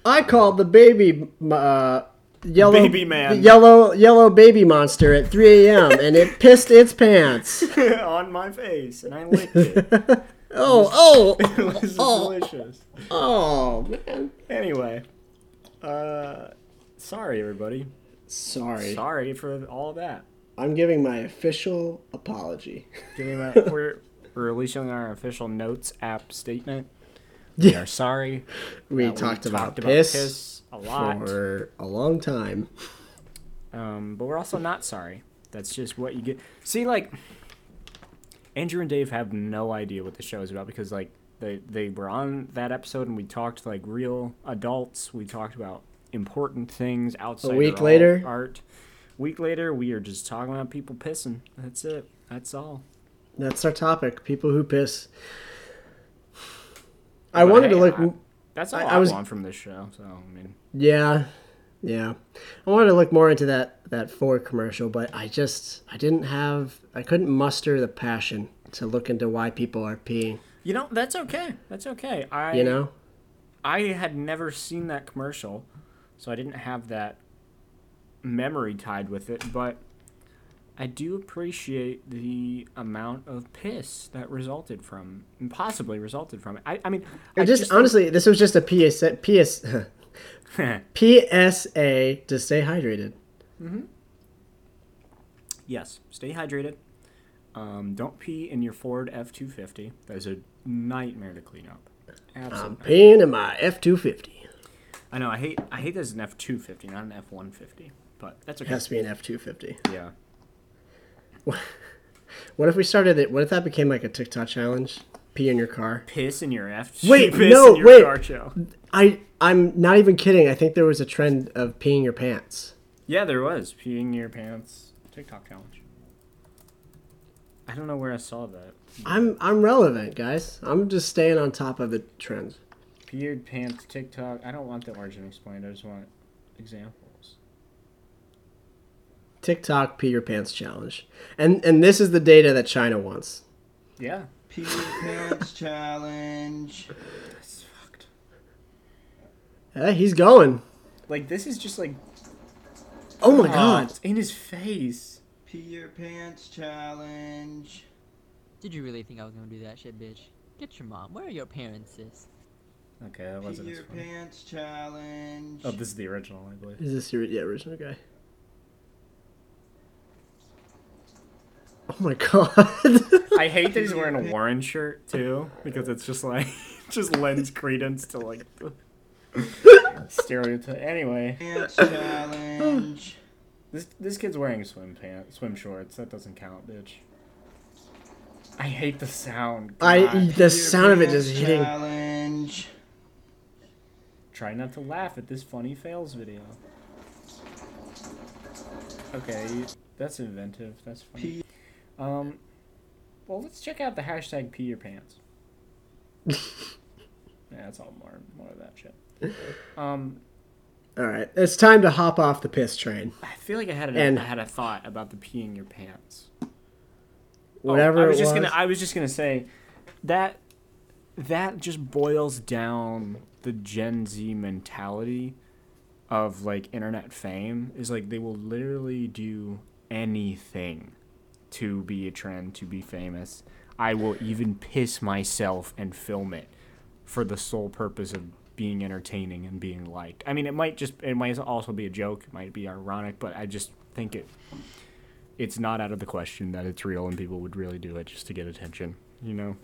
B: I called the baby uh, yellow
A: Baby man.
B: the yellow yellow baby monster at 3 a.m. and it pissed its pants.
A: on my face, and I licked it.
B: Oh
A: It
B: oh
A: was
B: Oh.
A: delicious.
B: oh man!
A: Anyway, uh, sorry everybody.
B: Sorry,
A: Sorry for all that.
B: I'm giving my official apology.
A: Give me my- we're we're releasing our official notes app statement. We are sorry.
B: We
A: that
B: talked about piss
A: a lot,
B: for a long time.
A: um, but we're also not sorry. That's just what you get. See, like Andrew and Dave have no idea what the show is about because like they they were on that episode and we talked like real adults. We talked about important things outside.
B: week
A: our
B: later?
A: art. Week later, we are just talking about people pissing. That's it. That's all.
B: That's our topic: people who piss. I
A: But
B: wanted
A: hey,
B: to look.
A: I- that's all
B: I-
A: I,
B: I was-
A: want from this show. So I mean,
B: Yeah, yeah. I wanted to look more into that that Ford commercial, but I just I didn't have I couldn't muster the passion to look into why people are peeing.
A: you know that's okay. That's okay. I
B: You know,
A: I had never seen that commercial, so I didn't have that memory tied with it. But I do appreciate the amount of piss that resulted from, and possibly resulted from it. I, I mean, I
B: I just, honestly, this was just a PSA PS,
A: think-
B: PSA to stay hydrated.
A: yes, stay hydrated. Um, don't pee in your Ford F two fifty. That is a nightmare to clean up. Absolutely.
B: I'm peeing in my F two fifty.
A: I know. I hate. I hate that it's an F two fifty, not an F one fifty. But that's
B: It
A: okay.
B: has to be an F two fifty.
A: Yeah.
B: What if we started it? What if that became like a TikTok challenge? Pee in your car.
A: Piss in your F.
B: Wait,
A: piss
B: no,
A: in your
B: wait.
A: Car show.
B: I I'm not even kidding. I think there was a trend of peeing your pants.
A: Yeah, there was peeing your pants TikTok challenge. I don't know where I saw that.
B: I'm I'm relevant, guys. I'm just staying on top of the trends.
A: Pee your pants TikTok. I don't want the origin explained. I just want examples.
B: TikTok pee your pants challenge, and and this is the data that China wants.
A: Yeah.
J: Pee Pants Challenge.
A: That's fucked.
B: Eh, he's going.
A: Like this is just like
B: Oh my
A: oh,
B: god.
A: it's in his face.
J: Pee Your Pants Challenge.
K: Did you really think I was gonna do that shit, bitch? Get your mom. Where are your parents, sis?
A: Okay, that
J: Pee
A: wasn't as
J: Your
A: funny.
J: Pants Challenge.
A: Oh, this is the original, I believe.
B: Is this your yeah, original guy? Oh my god.
A: I hate that he's wearing a Warren shirt too, because it's just like just lends credence to like the stereotype. Anyway,
J: Pants Challenge.
A: This this kid's wearing swim pants, swim shorts. That doesn't count, bitch. I hate the sound.
B: I
A: God.
B: the sound of it just
J: Pants
B: hitting.
J: Challenge.
A: try not to laugh at this funny fails video. Okay, that's inventive. That's funny. Um, well, let's check out the hashtag pee your pants. yeah, that's all more more of that shit. Um,
B: All right, it's time to hop off the piss train.
A: I feel like I had a,
B: And-
A: I had a thought about the peeing your pants. Oh,
B: Whatever
A: I was
B: it
A: just
B: was.
A: gonna I was just gonna say that that just boils down the Gen Z mentality of like internet fame is like they will literally do anything to be a trend to be famous. I will even piss myself and film it for the sole purpose of being entertaining and being liked. I mean, it might just it might also be a joke, it might be ironic, but I just think it it's not out of the question that it's real and people would really do it just to get attention, you know.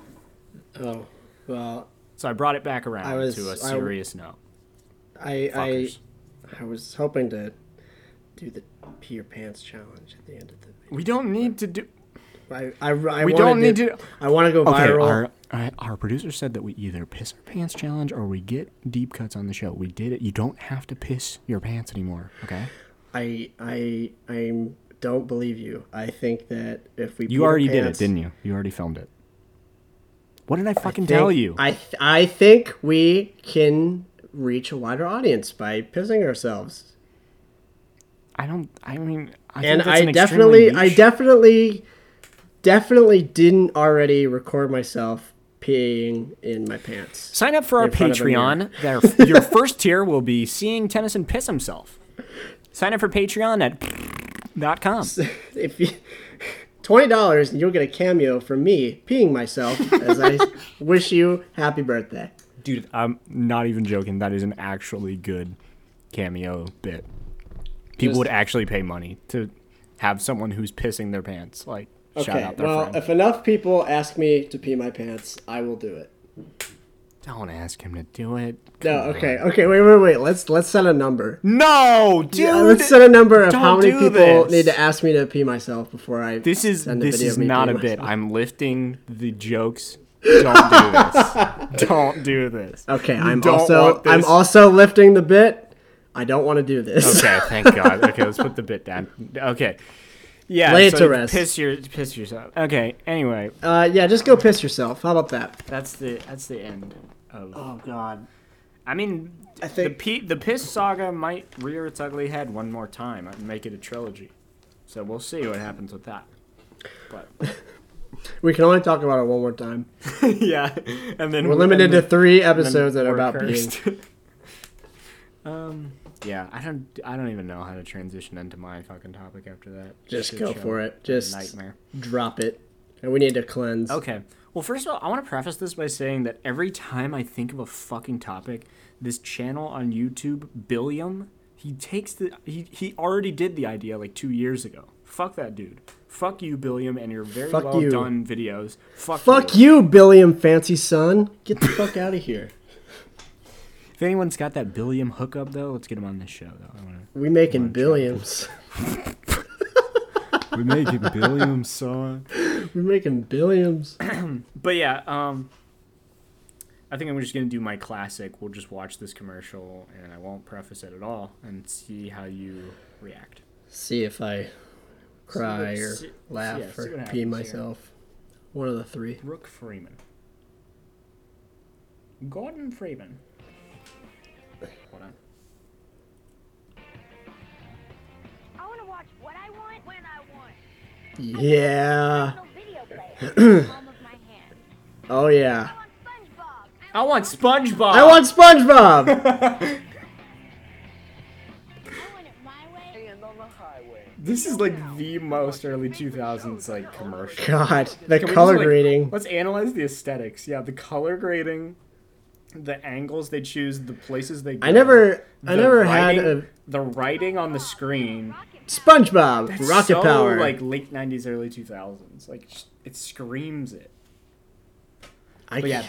B: Oh, well.
A: So I brought it back around
B: I was-
A: to
B: I-
A: a serious note.
B: I
A: Fuckers.
B: I I was hoping to do the pee your pants challenge at the end of the.
A: We don't need to do.
B: I I, I
A: we
B: wanted
A: don't need
B: to,
A: to.
B: I want to go
A: Okay,
B: viral.
A: Our, our, our producer said that we either piss our pants challenge or we get deep cuts on the show. We did it. You don't have to piss your pants anymore. Okay.
B: I I I don't believe you. I think that if we
A: You already did it, didn't you? You already filmed it. What did I fucking tell you?
B: I th- I think we can reach a wider audience by pissing ourselves.
A: I don't. I mean, I
B: and
A: think that's
B: I
A: an
B: definitely,
A: extremely
B: I
A: niche-
B: definitely, definitely didn't already record myself peeing in my pants.
A: Sign up for our
B: in front of a mirror.
A: Patreon. There- your first tier will be seeing Tennyson piss himself. Sign up for Patreon at dot com.
B: if you twenty dollars and you'll get a cameo from me peeing myself as I wish you happy birthday.
A: Dude, I'm not even joking. That is an actually good cameo bit. People
B: Just-
A: would actually pay money to have someone who's pissing their pants. Like, shout
B: Okay,
A: out their
B: well,
A: friend.
B: if enough people ask me to pee my pants, I will do it.
A: Don't ask him to do it.
B: No,
A: Come
B: okay,
A: on.
B: okay, wait, wait, wait. Let's let's set a number.
A: No, dude.
B: Yeah, let's set a number of
A: don't
B: how many
A: do
B: people
A: this.
B: need to ask me to pee myself before I.
A: This is
B: send a
A: this
B: video
A: is
B: of me
A: not a
B: peeing
A: bit.
B: myself.
A: I'm lifting the jokes. Don't do this. Don't do this.
B: Okay,
A: You
B: I'm
A: don't
B: also
A: want
B: I'm
A: this.
B: also lifting the bit. I don't want to do this.
A: Okay, thank God. Okay, let's put the bit down. Okay. Yeah,
B: Lay it
A: so
B: to rest.
A: Piss your piss yourself. Okay. Anyway,
B: Uh, yeah, just go piss yourself. How about that?
A: that's the that's the end of.
B: Oh God.
A: I mean,
B: I think-
A: the pe- the piss saga might rear its ugly head one more time and make it a trilogy. So we'll see what happens with that. But
B: We can only talk about it one more time.
A: yeah, and then
B: We're
A: and
B: limited to
A: then-
B: three
A: and then
B: episodes that are
A: we're
B: about
A: cursed.
B: peeing.
A: um. Yeah, I don't. I don't even know how to transition into my fucking topic after that.
B: Just
A: Shit
B: go
A: show.
B: for it. Just
A: nightmare.
B: drop it. And we need to cleanse.
A: Okay. Well, first of all, I want to preface this by saying that every time I think of a fucking topic, this channel on YouTube, Billiam, he takes the he he already did the idea like two years ago. Fuck that dude. Fuck you, Billiam, and your very
B: Fuck
A: well
B: you.
A: done videos. Fuck,
B: Fuck you, Billiam Fancy Son. Get the fuck out of here.
A: If anyone's got that Billiam hookup though, let's get him on this show though. I wanna...
B: We making billions.
A: We're making Billiam song.
B: We're making billions.
A: But yeah, um, I think I'm just gonna do my classic. We'll just watch this commercial, and I won't preface it at all, and see how you react.
B: See if I cry
A: See what-
B: or
A: see-
B: laugh
A: yeah, see
B: or
A: what
B: pee
A: happens here.
B: myself. One of the three.
A: Rook Freeman. Gordon Freeman. Hold on.
E: I want to watch what I want when I want.
B: Yeah.
E: video player. palm of my hand.
B: Oh yeah.
A: I want SpongeBob.
B: I want SpongeBob.
E: And on the highway.
A: This is like the most early 2000s like commercial.
B: God, the
A: Can we just,
B: color
A: like,
B: grading.
A: Let's analyze the aesthetics. Yeah, the color grading, the angles they choose, the places they. Go,
B: I never,
A: the
B: I never
A: writing,
B: had a
A: the writing on the screen.
B: SpongeBob
A: That's
B: rocket
A: so,
B: power.
A: Like late '90s, early 2000s. Like sh- it screams it.
B: I,
A: But yeah,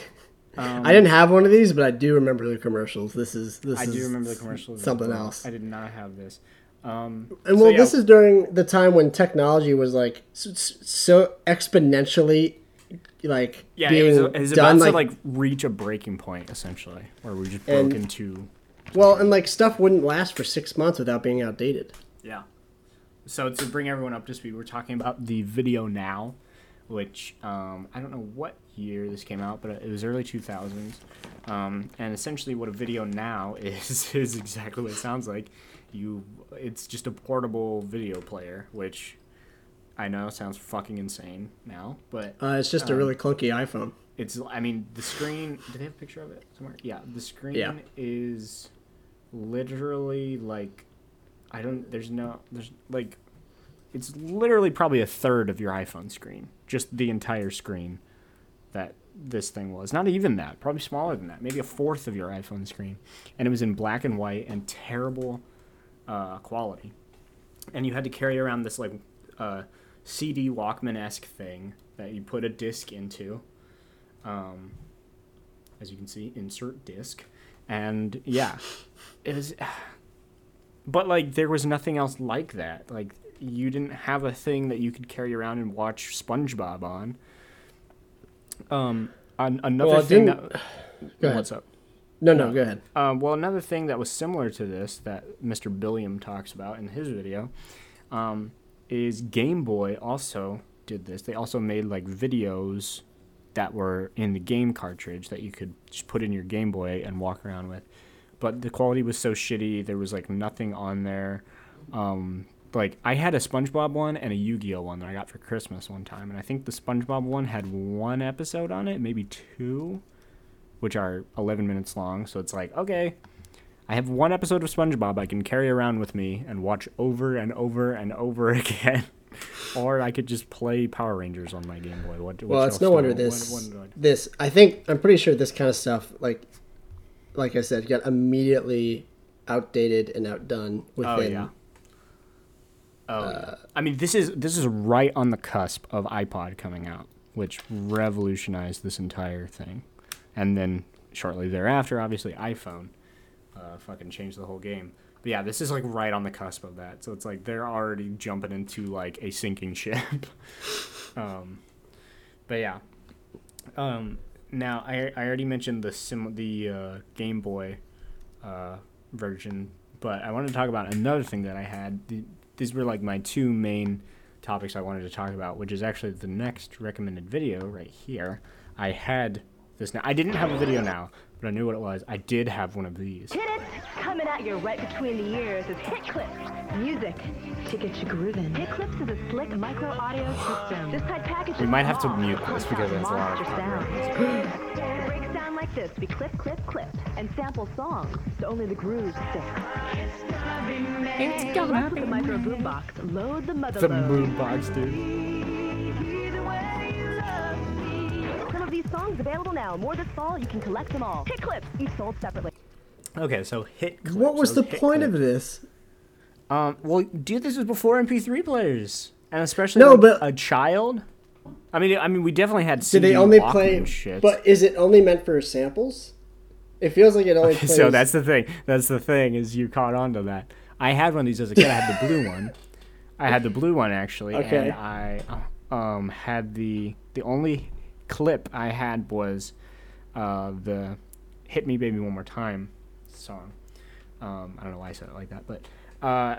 A: um,
B: I didn't have one of these, but I do remember the commercials. This is this
A: I
B: is
A: do remember the commercials. as
B: Something
A: well.
B: else.
A: I did not have this. Um,
B: And
A: so
B: well,
A: yeah,
B: this is during the time when technology was like so, so exponentially, like
A: yeah,
B: being
A: it was, it was
B: done.
A: about
B: like,
A: to like reach a breaking point essentially, where we just broke
B: And-
A: into
B: well, and like stuff wouldn't last for six months without being outdated.
A: Yeah. So to bring everyone up to speed, we're talking about the video now, which um, I don't know what year this came out, but it was early 2000s. Um, and essentially, what a video now is is exactly what it sounds like. You, it's just a portable video player, which I know sounds fucking insane now, but
B: Uh, it's just a
A: um,
B: really clunky iPhone.
A: it's I mean the screen. Do they have a picture of it somewhere? Yeah, the screen
B: Yeah.
A: is literally like I don't. There's no. There's like it's literally probably a third of your iPhone screen. Just the entire screen that this thing was. Not even that, probably smaller than that, maybe a fourth of your iPhone screen. And it was in black and white and terrible uh, quality. And you had to carry around this like uh, CD Walkman esque thing that you put a disc into. Um, as you can see, insert disc. And yeah, it was. But like, there was nothing else like that. Like, you didn't have a thing that you could carry around and watch SpongeBob on. Um, an- another
B: Well, it
A: thing
B: didn't-
A: that.
B: Go ahead.
A: What's up?
B: No, no, go ahead.
A: Um, well, another thing that was similar to this that Mr. Billiam talks about in his video um, is Game Boy also did this. They also made like videos that were in the game cartridge that you could just put in your Game Boy and walk around with. But the quality was so shitty. There was like nothing on there. Um, like I had a SpongeBob one and a Yu-Gi-Oh one that I got for Christmas one time, and I think the SpongeBob one had one episode on it, maybe two which are 11 minutes long. So it's like, okay, I have one episode of SpongeBob I can carry around with me and watch over and over and over again. or I could just play Power Rangers on my Game Boy. What,
B: Well,
A: which
B: it's
A: else
B: no
A: do I-
B: wonder
A: what-
B: this.
A: what do I-
B: this I think I'm pretty sure this kind of stuff, like, like I said, got immediately outdated and outdone within.
A: Oh, yeah. Oh, yeah. I mean, this is this is right on the cusp of iPod coming out, which revolutionized this entire thing, and then shortly thereafter, obviously, iPhone, uh, fucking changed the whole game. But yeah, this is like right on the cusp of that, so it's like they're already jumping into like a sinking ship. um, but yeah, um, now I, I already mentioned the sim the uh, Game Boy uh, version, but I wanted to talk about another thing that I had. The, these were like my two main topics I wanted to talk about, which is actually the next recommended video right here. I had this now. I didn't have a video now, but I knew what it was. I did have one of these.
L: Hit it! Coming at you right between the ears is Hit Clips. Music to get you grooving. Hit Clips is a slick micro audio system. This type package
A: We might have to mute this because it's a lot of copyright.
L: The breaks down like this. We clip, clip, clip, and sample songs, so only the grooves stick. It's
E: gonna
L: Rock with the micro boombox. Load the mother
A: The
L: load.
A: moon box, dude.
L: Some of these songs available now. More this fall. You can collect them all. Hit Clips, each sold separately.
A: Okay, so hit. Clips.
B: What was
A: So
B: the
A: hit
B: point of this?
A: Um, well, dude, this was before MP3 players, and especially
B: No,
A: like,
B: but-
A: a child. I mean, I mean, we definitely had.
B: Did
A: CD
B: they only
A: Walkman
B: play?
A: shit.
B: But is it only meant for samples? It feels like it only. plays...
A: so that's the thing. That's the thing is you caught on to that. I had one of these as a kid. I had the blue one. I had the blue one actually,
B: Okay.
A: and I um, had the the only clip I had was uh, the "Hit Me Baby One More Time" song. Um, I don't know why I said it like that, but uh,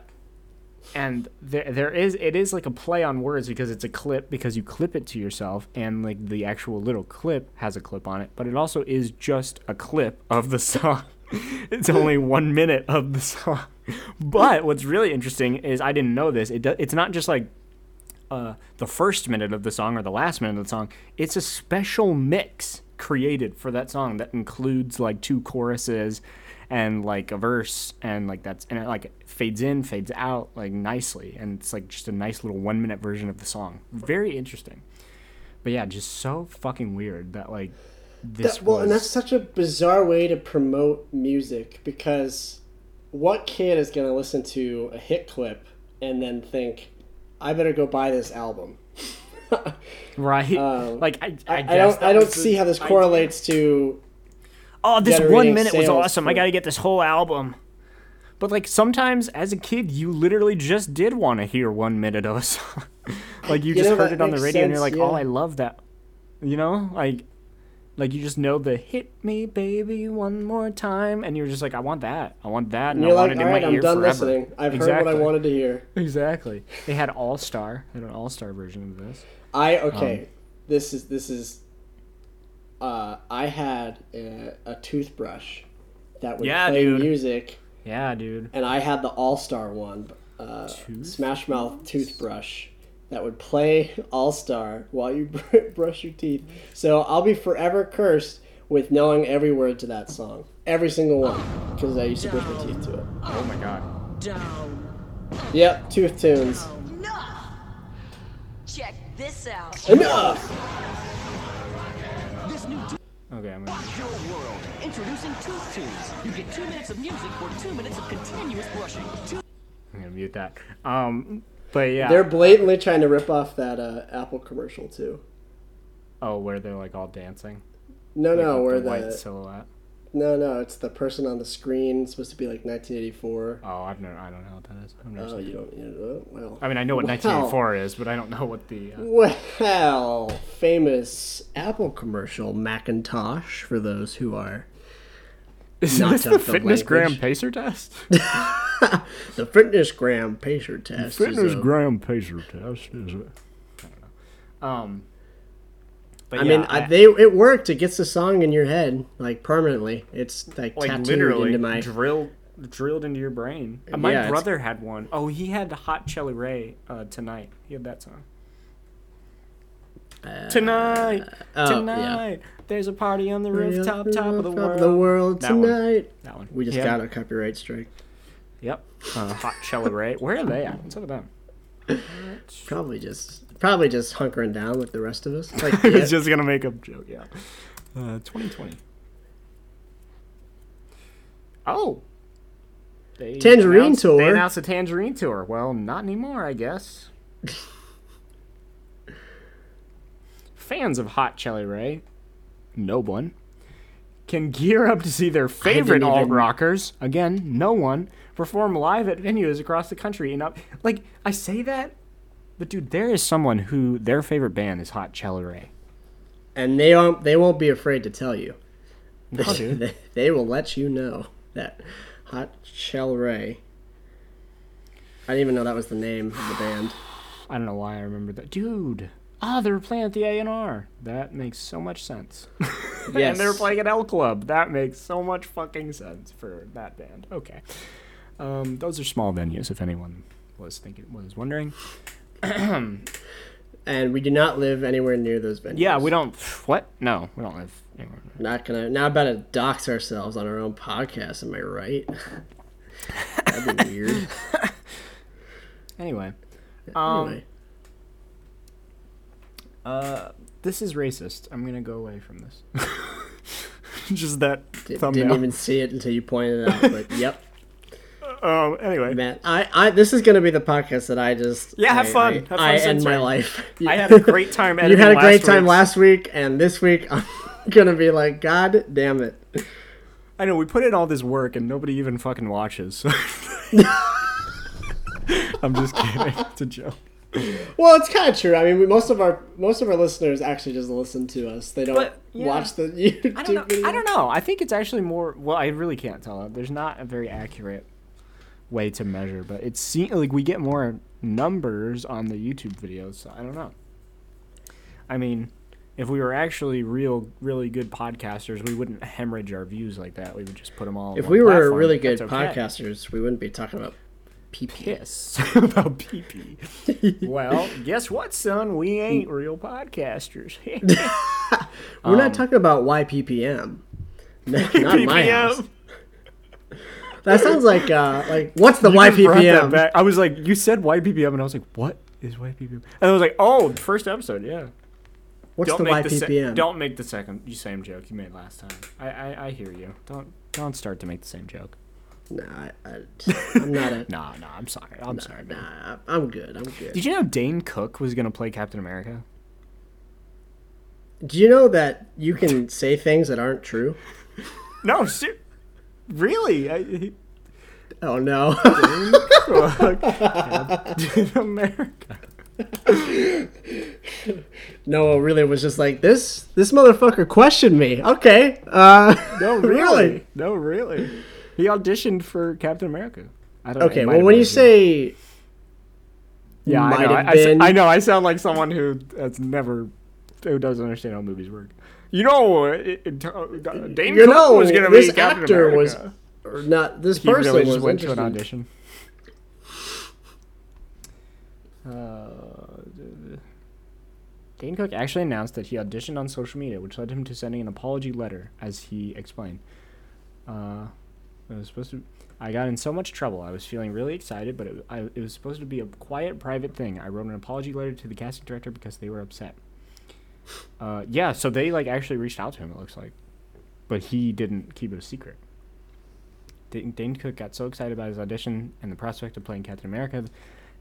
A: and there there is it is like a play on words because it's a clip because you clip it to yourself and like the actual little clip has a clip on it, but it also is just a clip of the song. it's only one minute of the song. But what's really interesting is I didn't know this. It do, it's not just like uh, the first minute of the song or the last minute of the song. It's a special mix created for that song that includes like two choruses and like a verse and like that's and it like fades in, fades out like nicely, and it's like just a nice little one minute version of the song. Very interesting. But yeah, just so fucking weird that like this
B: That- well,
A: was
B: and that's such a bizarre way to promote music because what kid is going to listen to a hit clip and then think, "I better go buy this album"?
A: right. like I, I,
B: uh, I,
A: guess
B: don't.
A: that
B: I don't
A: was the
B: see how this
A: idea.
B: correlates to.
A: Oh, this one
B: generating
A: minute was
B: sales
A: awesome. I
B: for-
A: got to get this whole album. But like sometimes as a kid, you literally just did want to hear one minute of a song. like you,
B: You
A: just
B: know,
A: heard
B: that
A: it on the
B: makes
A: radio and you're like,
B: sense,
A: oh,
B: yeah.
A: I love that. You know, like, like you just know the hit me baby one more time, and you're just like, I want that. I want that. And,
B: And you're
A: I want
B: like,
A: it
B: all
A: in
B: right,
A: my
B: I'm
A: ear
B: done
A: forever.
B: listening. I've heard what I
A: Exactly.
B: wanted to hear.
A: Exactly. They had All Star. They had an All Star version of this.
B: I
A: Um,
B: okay. this is this is. Uh, I had a, a toothbrush that would
A: Yeah,
B: play
A: dude.
B: music,
A: yeah, dude.
B: and I had the All Star one, uh, Smash Mouth toothbrush that would play All Star while you br- brush your teeth. So I'll be forever cursed with knowing every word to that song, every single one, because I used to brush my teeth to it.
A: Oh my god.
B: Yep, tooth tunes.
H: Check this out.
B: Enough!
A: Okay, I'm gonna.
M: Rock your world. Introducing Tooth Tunes. You get two minutes of music or two minutes of continuous brushing. Two-
A: I'm gonna mute that. Um, but yeah.
B: They're blatantly trying to rip off that uh, Apple commercial too.
A: oh, where they're like all dancing.
B: No,
A: Like,
B: no,
A: with
B: where
A: the white
B: the-
A: silhouette.
B: No, no, it's the person on the screen supposed to be like 1984.
A: Oh, I've never. I don't know what that is. I've never
B: Oh,
A: seen
B: you
A: it.
B: don't. You know, well,
A: I mean, I know what
B: Well.
A: 1984 is, but I don't know what the. Uh,
B: Well, famous Apple commercial Macintosh for those who are
A: is
B: not
A: this
B: up
A: the fitness gram
B: language.
A: pacer test?
B: the fitness gram pacer test. is a-
A: gram pacer test is it? Um. But
B: I
A: yeah,
B: mean, I, they it worked. It gets the song in your head like permanently. It's like,
A: like
B: tattooed
A: literally
B: into my.
A: drilled drilled into your brain. Uh, My
B: Yeah, it's-
A: brother had one. Oh, he had Hot Chili Ray uh, tonight. He had that song. tonight,
B: Uh, oh, yeah.
A: tonight, there's a party on the
B: Party on
A: rooftop,
B: the
A: top of the
B: rooftop
A: world,
B: of the world
A: That one.
B: tonight.
A: That one.
B: We just
A: Yeah.
B: got a copyright strike.
A: Yep. Uh, hot Chili Ray. Where are they at? What's up with them?
B: Probably just probably just hunkering down like the rest of us. Like,
A: I
B: yeah,
A: was just gonna make a joke. Yeah. Uh, 2020. Oh. They
B: Tangerine
A: announced- They
B: tour.
A: announced a Tangerine tour. Well, not anymore, I guess. Fans of Hot Chili Ray, no one, can gear up to see their favorite
B: didn't
A: alt
B: even-
A: rockers again. No one perform live at venues across the country. And up, like I say that, but dude, there is someone who their favorite band is Hot Chili Ray.
B: and they won't they won't be afraid to tell you.
A: No, Oh, dude.
B: they, they will let you know that Hot Shell Ray. I didn't even know that was the name of the band.
A: I don't know why I remember that. Dude. Ah, they were playing at the A&R. That makes so much sense.
B: Yes.
A: and they were playing at L Club. That makes so much fucking sense for that band. Okay. Um, those are small venues, if anyone was thinking was wondering.
B: and we do not live anywhere near those venues.
A: Yeah, we don't. What? No, we don't live anywhere.
B: Not gonna now about to dox ourselves on our own podcast. Am I right? That'd be weird.
A: Anyway. Um,
B: Anyway.
A: Uh, this is racist. I'm gonna go away from this. Just that
B: Did,
A: thumbnail.
B: didn't even see it until you pointed it out. But yep.
A: Um. Anyway.
B: Man, I, I this is gonna be the podcast that I just
A: Yeah, have
B: I-
A: fun.
B: I,
A: Have fun
B: I end my
A: censoring.
B: life.
A: I had a great time
B: you
A: editing
B: had a
A: last
B: great time
A: week's.
B: last week, and this week I'm gonna be like, God damn it!
A: I know we put in all this work and nobody even fucking watches. I'm just kidding. It's a joke.
B: Well, it's kind of true. I mean, we, most of our most of our listeners actually just listen to us. They don't
A: But, yeah.
B: watch the YouTube
A: I don't know.
B: video.
A: I don't know. I think it's actually more. Well, I really can't tell. There's not a very accurate way to measure, but it's se- like we get more numbers on the YouTube videos. So I don't know. I mean, if we were actually real, really good podcasters, we wouldn't hemorrhage our views like that. We would just put them all. on
B: If
A: one
B: we were
A: platform.
B: really good
A: That's okay.
B: podcasters, we wouldn't be talking about PP.
A: piss about pee well, guess what, son? We ain't real podcasters.
B: We're not talking about YPPM. Not not my house. That sounds like uh, like what's the
A: You just brought that
B: YPPM?
A: back. I was like, you said YPPM, and I was like, what is YPPM? And I was like, oh, the first episode, yeah.
B: What's the
A: make se-
B: YPPM?
A: don't make the second you same joke you made last time. I, I I hear you. Don't don't start to make the same joke.
B: No, I, I, I'm not a.
A: Nah, nah. I'm sorry. I'm sorry, man.
B: Nah, I'm good. I'm good.
A: Did you know Dane Cook was gonna play Captain America?
B: Do you know that you can say things that aren't true?
A: No, ser- really? I, he-
B: Oh no!
A: Dane Cook, Captain America.
B: Noah really was just like this. This motherfucker questioned me. Okay. Uh,
A: No,
B: really?
A: really? No, really. He auditioned for Captain America. I don't
B: Okay.
A: it might
B: Well,
A: have
B: when
A: been him.
B: you say
A: yeah, I
B: might
A: know.
B: have
A: I, I s-
B: been-
A: I know. I sound like someone who has never, who doesn't understand how movies work. You know, it, it, uh, Dane
B: you
A: Cook
B: know,
A: was going to be
B: this
A: Captain
B: actor
A: America.
B: was or not this
A: he
B: person
A: really
B: was
A: just went to an
B: interested.
A: audition. Uh, d- Dane Cook actually announced that he auditioned on social media, which led him to sending an apology letter, as he explained. Uh, it was supposed to. I got in so much trouble. I was feeling really excited, but it, I, it was supposed to be a quiet, private thing. I wrote an apology letter to the casting director because they were upset. Uh, yeah, so they like actually reached out to him. It looks like but he didn't keep it a secret. Dane, Dane Cook got so excited about his audition and the prospect of playing Captain America, and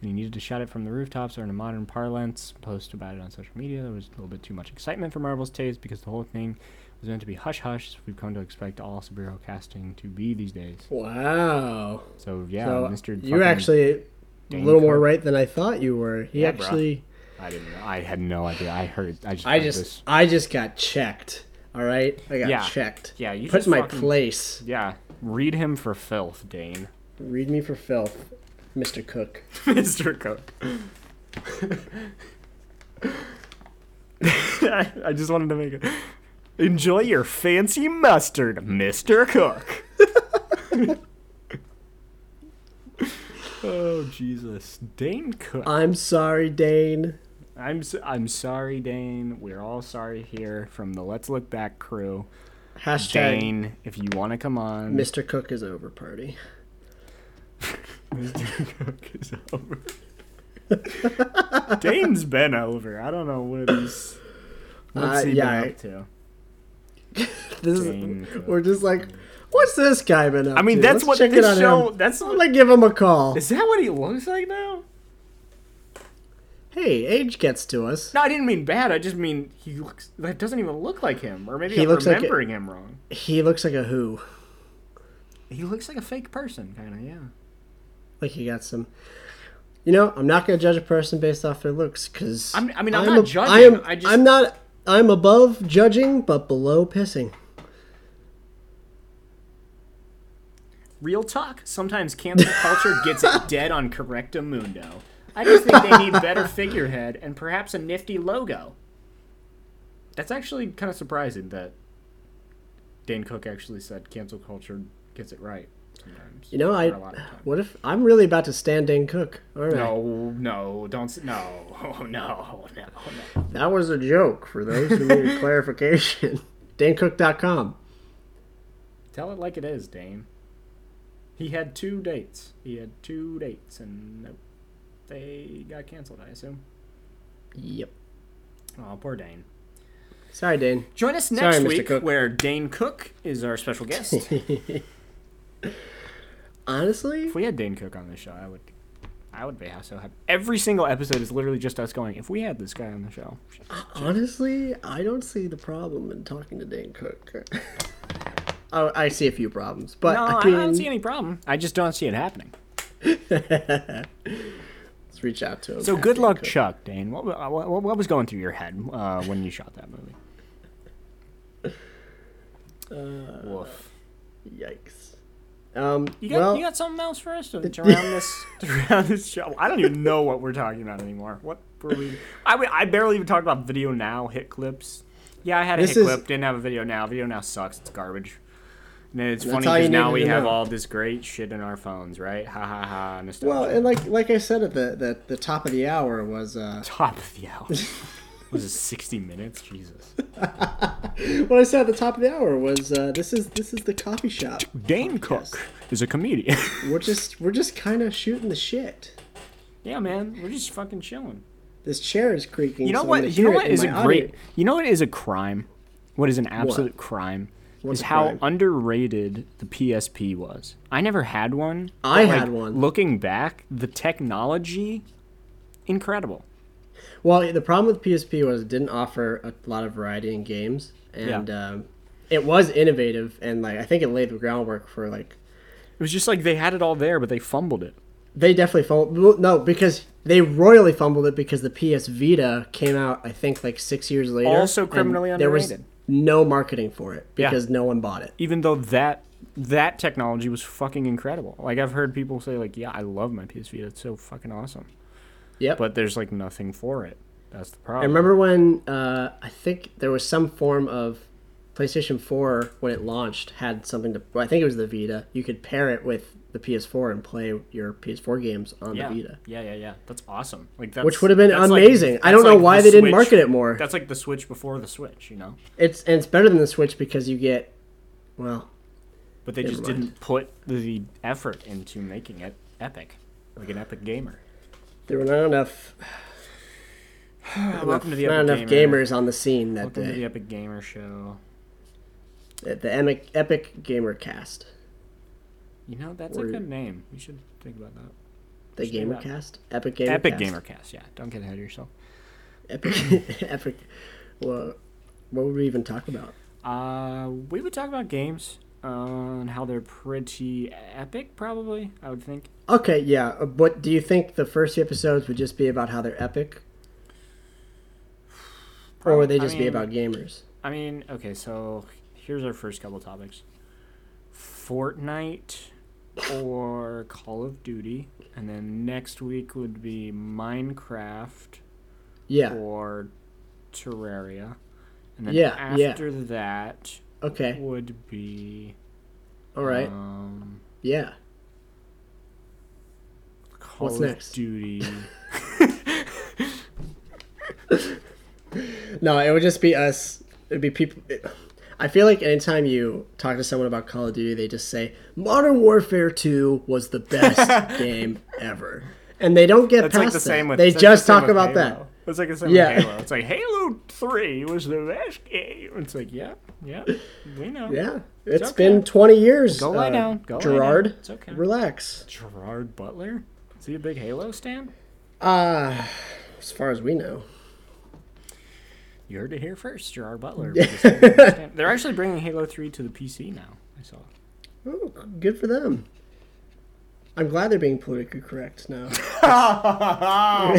A: he needed to shout it from the rooftops or in a modern parlance, post about it on social media. There was a little bit too much excitement for Marvel's taste because the whole thing was meant to be hush hush. We've come to expect all superhero casting to be these days.
B: Wow.
A: So yeah,
B: So,
A: Mr.
B: You actually a
A: Dane
B: little more
A: Cook.
B: right than I thought you were. He
A: Yeah, bruh.
B: actually.
A: I didn't. Know. I had no idea. I heard. I just.
B: I
A: heard
B: just.
A: this.
B: I just got checked. All right. I got
A: yeah.
B: checked.
A: Yeah, you
B: put
A: just
B: my
A: fucking-
B: place.
A: Yeah, read him for filth, Dane.
B: Read me for filth, Mr. Cook.
A: Mr. Cook. I, I just wanted to make it. Enjoy your fancy mustard, Mr. Cook. oh Jesus, Dane Cook.
B: I'm sorry, Dane.
A: I'm s- I'm sorry, Dane. We're all sorry here from the Let's Look Back crew.
B: Hashtag-
A: Dane, if you want to come on,
B: Mr. Cook is over party.
A: Mr. Cook is over. Dane's been over. I don't know what he's what's
B: Uh,
A: he
B: yeah,
A: been
B: I-
A: up to.
B: This
A: Dane
B: is, we're just like, what's this guy been up
A: I mean,
B: to?
A: that's
B: Let's
A: what
B: check
A: this
B: it out
A: show-
B: Him.
A: that's
B: I'm gonna give him a call.
A: Is that what he looks like now?
B: Hey, age gets to us.
A: No, I didn't mean bad. I just mean he looks. That doesn't even look like him, or maybe
B: He
A: I'm
B: looks like a-
A: remembering him wrong.
B: He looks like a who?
A: He looks like a fake person, kind of. Yeah.
B: Like he got some. You know, I'm not gonna judge a person based off their looks because
A: I'm- I mean, I'm not judging,
B: I am.
A: I just-
B: I'm not. I'm above judging, but below pissing.
A: Real talk. Sometimes cancel culture gets it dead on Correctamundo. I just think they need better figurehead and perhaps a nifty logo. That's actually kind of surprising that Dane Cook actually said cancel culture gets it right sometimes.
B: You know, I.
A: Or a lot of times.
B: What if I'm really about to stand Dan Cook? All right,
A: No, no, don't. s- No, no, no, no.
B: that was a joke for those who needed clarification. DanCook.com.
A: Tell it like it is, Dane. He had two dates. He had two dates, and nope, they got canceled. I assume.
B: Yep.
A: Oh, poor Dane.
B: Sorry, Dane.
A: Join us
B: Sorry,
A: next
B: Mr.
A: week
B: Cook.
A: where Dane Cook is our special guest.
B: Honestly, if
A: we had Dane Cook on the show, I would, I would be so happy. Every single episode is literally just us going. If we had this guy on the show,
B: Honestly, I don't see the problem in talking to Dan Cook. oh, I see a few problems, but
A: no,
B: I
A: I,
B: mean,
A: don't see any problem. I just don't see it happening.
B: let's reach out to him.
A: So good luck, Chuck. Dane, what, what, what was going through your head uh, when you shot that movie?
B: Uh,
A: Woof.
B: Yikes. Um,
A: You got
B: well,
A: you got something else for us to, to round this to round this show? I don't even know what we're talking about anymore. What were we? I mean, I barely even talked about video now hit clips. Yeah, I had a
B: This
A: hit
B: is-
A: clip. Didn't have a video now. Video now sucks. It's garbage. And it's
B: That's
A: funny
B: all
A: because
B: you
A: now
B: needed
A: we
B: to
A: have
B: know.
A: all this great shit in our phones, right? Ha ha ha. Nostalgia.
B: well, and like like I said at the the, the top of the hour was uh,
A: top of the hour. was it sixty minutes? Jesus.
B: what I said at the top of the hour was uh, this is this is the coffee shop.
A: Dane Cook is a comedian.
B: We're just we're just kind of shooting the shit.
A: yeah, man, we're just fucking chilling.
B: This chair is creaking.
A: You know
B: so I'm gonna
A: what? You know
B: hear it
A: what
B: in
A: is a
B: my
A: great.
B: audio.
A: You know what is a crime? What is an absolute crime?
B: What's
A: is
B: a
A: how
B: crime?
A: underrated the PSP was. I never had one.
B: I
A: but,
B: had one.
A: Looking back, the technology, incredible.
B: Well, the problem with PSP was it didn't offer a lot of variety in games, and um, it was innovative, and like I think it laid the groundwork for like
A: It was just like they had it all there, but they fumbled it.
B: they definitely fumbled. No, because they royally fumbled it because the PS Vita came out I think like six years later.
A: Also
B: and
A: criminally
B: There was
A: underrated.
B: no marketing for it
A: Yeah.
B: because no one bought it.
A: Even though that that technology was fucking incredible. Like I've heard people say, like, yeah, I love my PS Vita. It's so fucking awesome.
B: Yep.
A: But there's like nothing for it. That's the problem.
B: I remember when uh, I think there was some form of PlayStation 4 when it launched had something to. Well, I think it was the Vita. You could pair it with the PS4 and play your PS4 games on
A: yeah.
B: the Vita.
A: Yeah, yeah, yeah. That's awesome. Like that's,
B: Which would have been
A: that's like-
B: amazing. I
A: that's
B: don't know
A: like
B: why
A: the
B: they didn't
A: Switch-
B: market it more.
A: That's like the Switch before the Switch, you know.
B: It's and it's better than the Switch because you get, well,
A: But they
B: Never
A: just
B: mind.
A: didn't put the effort into making it epic, like an epic gamer.
B: there were not enough.
A: Ah, Welcome to the
B: not
A: Epic
B: enough
A: Gamer.
B: gamers on the scene that
A: Welcome to
B: day.
A: the Epic Gamer Show.
B: At the Emic- Epic Gamer Cast.
A: You know, that's
B: Or-
A: a good name. You should think about that.
B: The
A: Should do that.
B: Gamercast? Epic Gamercast.
A: Epic Gamercast, yeah. Don't get ahead of yourself.
B: Epic. Epic. Well, what would we even talk about?
A: Uh, we would talk about games uh, and how they're pretty epic, probably, I would think.
B: Okay, yeah. uh, But do you think the first few episodes would just be about how they're epic? or would they
A: I
B: just be
A: mean-
B: about gamers?
A: I mean, okay, so here's our first couple topics Fortnite or Call of Duty. And then next week would be Minecraft
B: Yeah.
A: or Terraria. And then
B: Yeah, yeah.
A: after that
B: Okay.
A: would be.
B: All right.
A: Um,
B: Yeah.
A: Call
B: What's
A: of
B: next?
A: Duty.
B: No, it would just be us. It'd be people. It, I feel like anytime you talk to someone about Call of Duty, they just say Modern Warfare 2 was the best game ever, and they don't get
A: That's
B: past
A: like the
B: that.
A: same with
B: they
A: that's
B: just
A: the same
B: talk
A: with
B: about
A: Halo.
B: that.
A: It's like the same
B: Yeah.
A: with Halo. It's like Halo Three was the best game. It's like yeah, yeah, we know.
B: Yeah,
A: It's
B: it's
A: okay.
B: been 20 years.
A: Go lie
B: uh,
A: down. Go lie down.
B: Gerard.
A: It's okay.
B: Relax.
A: Gerard Butler. Is he a big Halo stan?
B: Uh, as far as we know.
A: You heard it here first. Gerard Butler. biggest Halo stan. They're actually bringing Halo Three to the PC now. I saw.
B: Oh, good for them. I'm glad they're being politically correct now.
A: oh,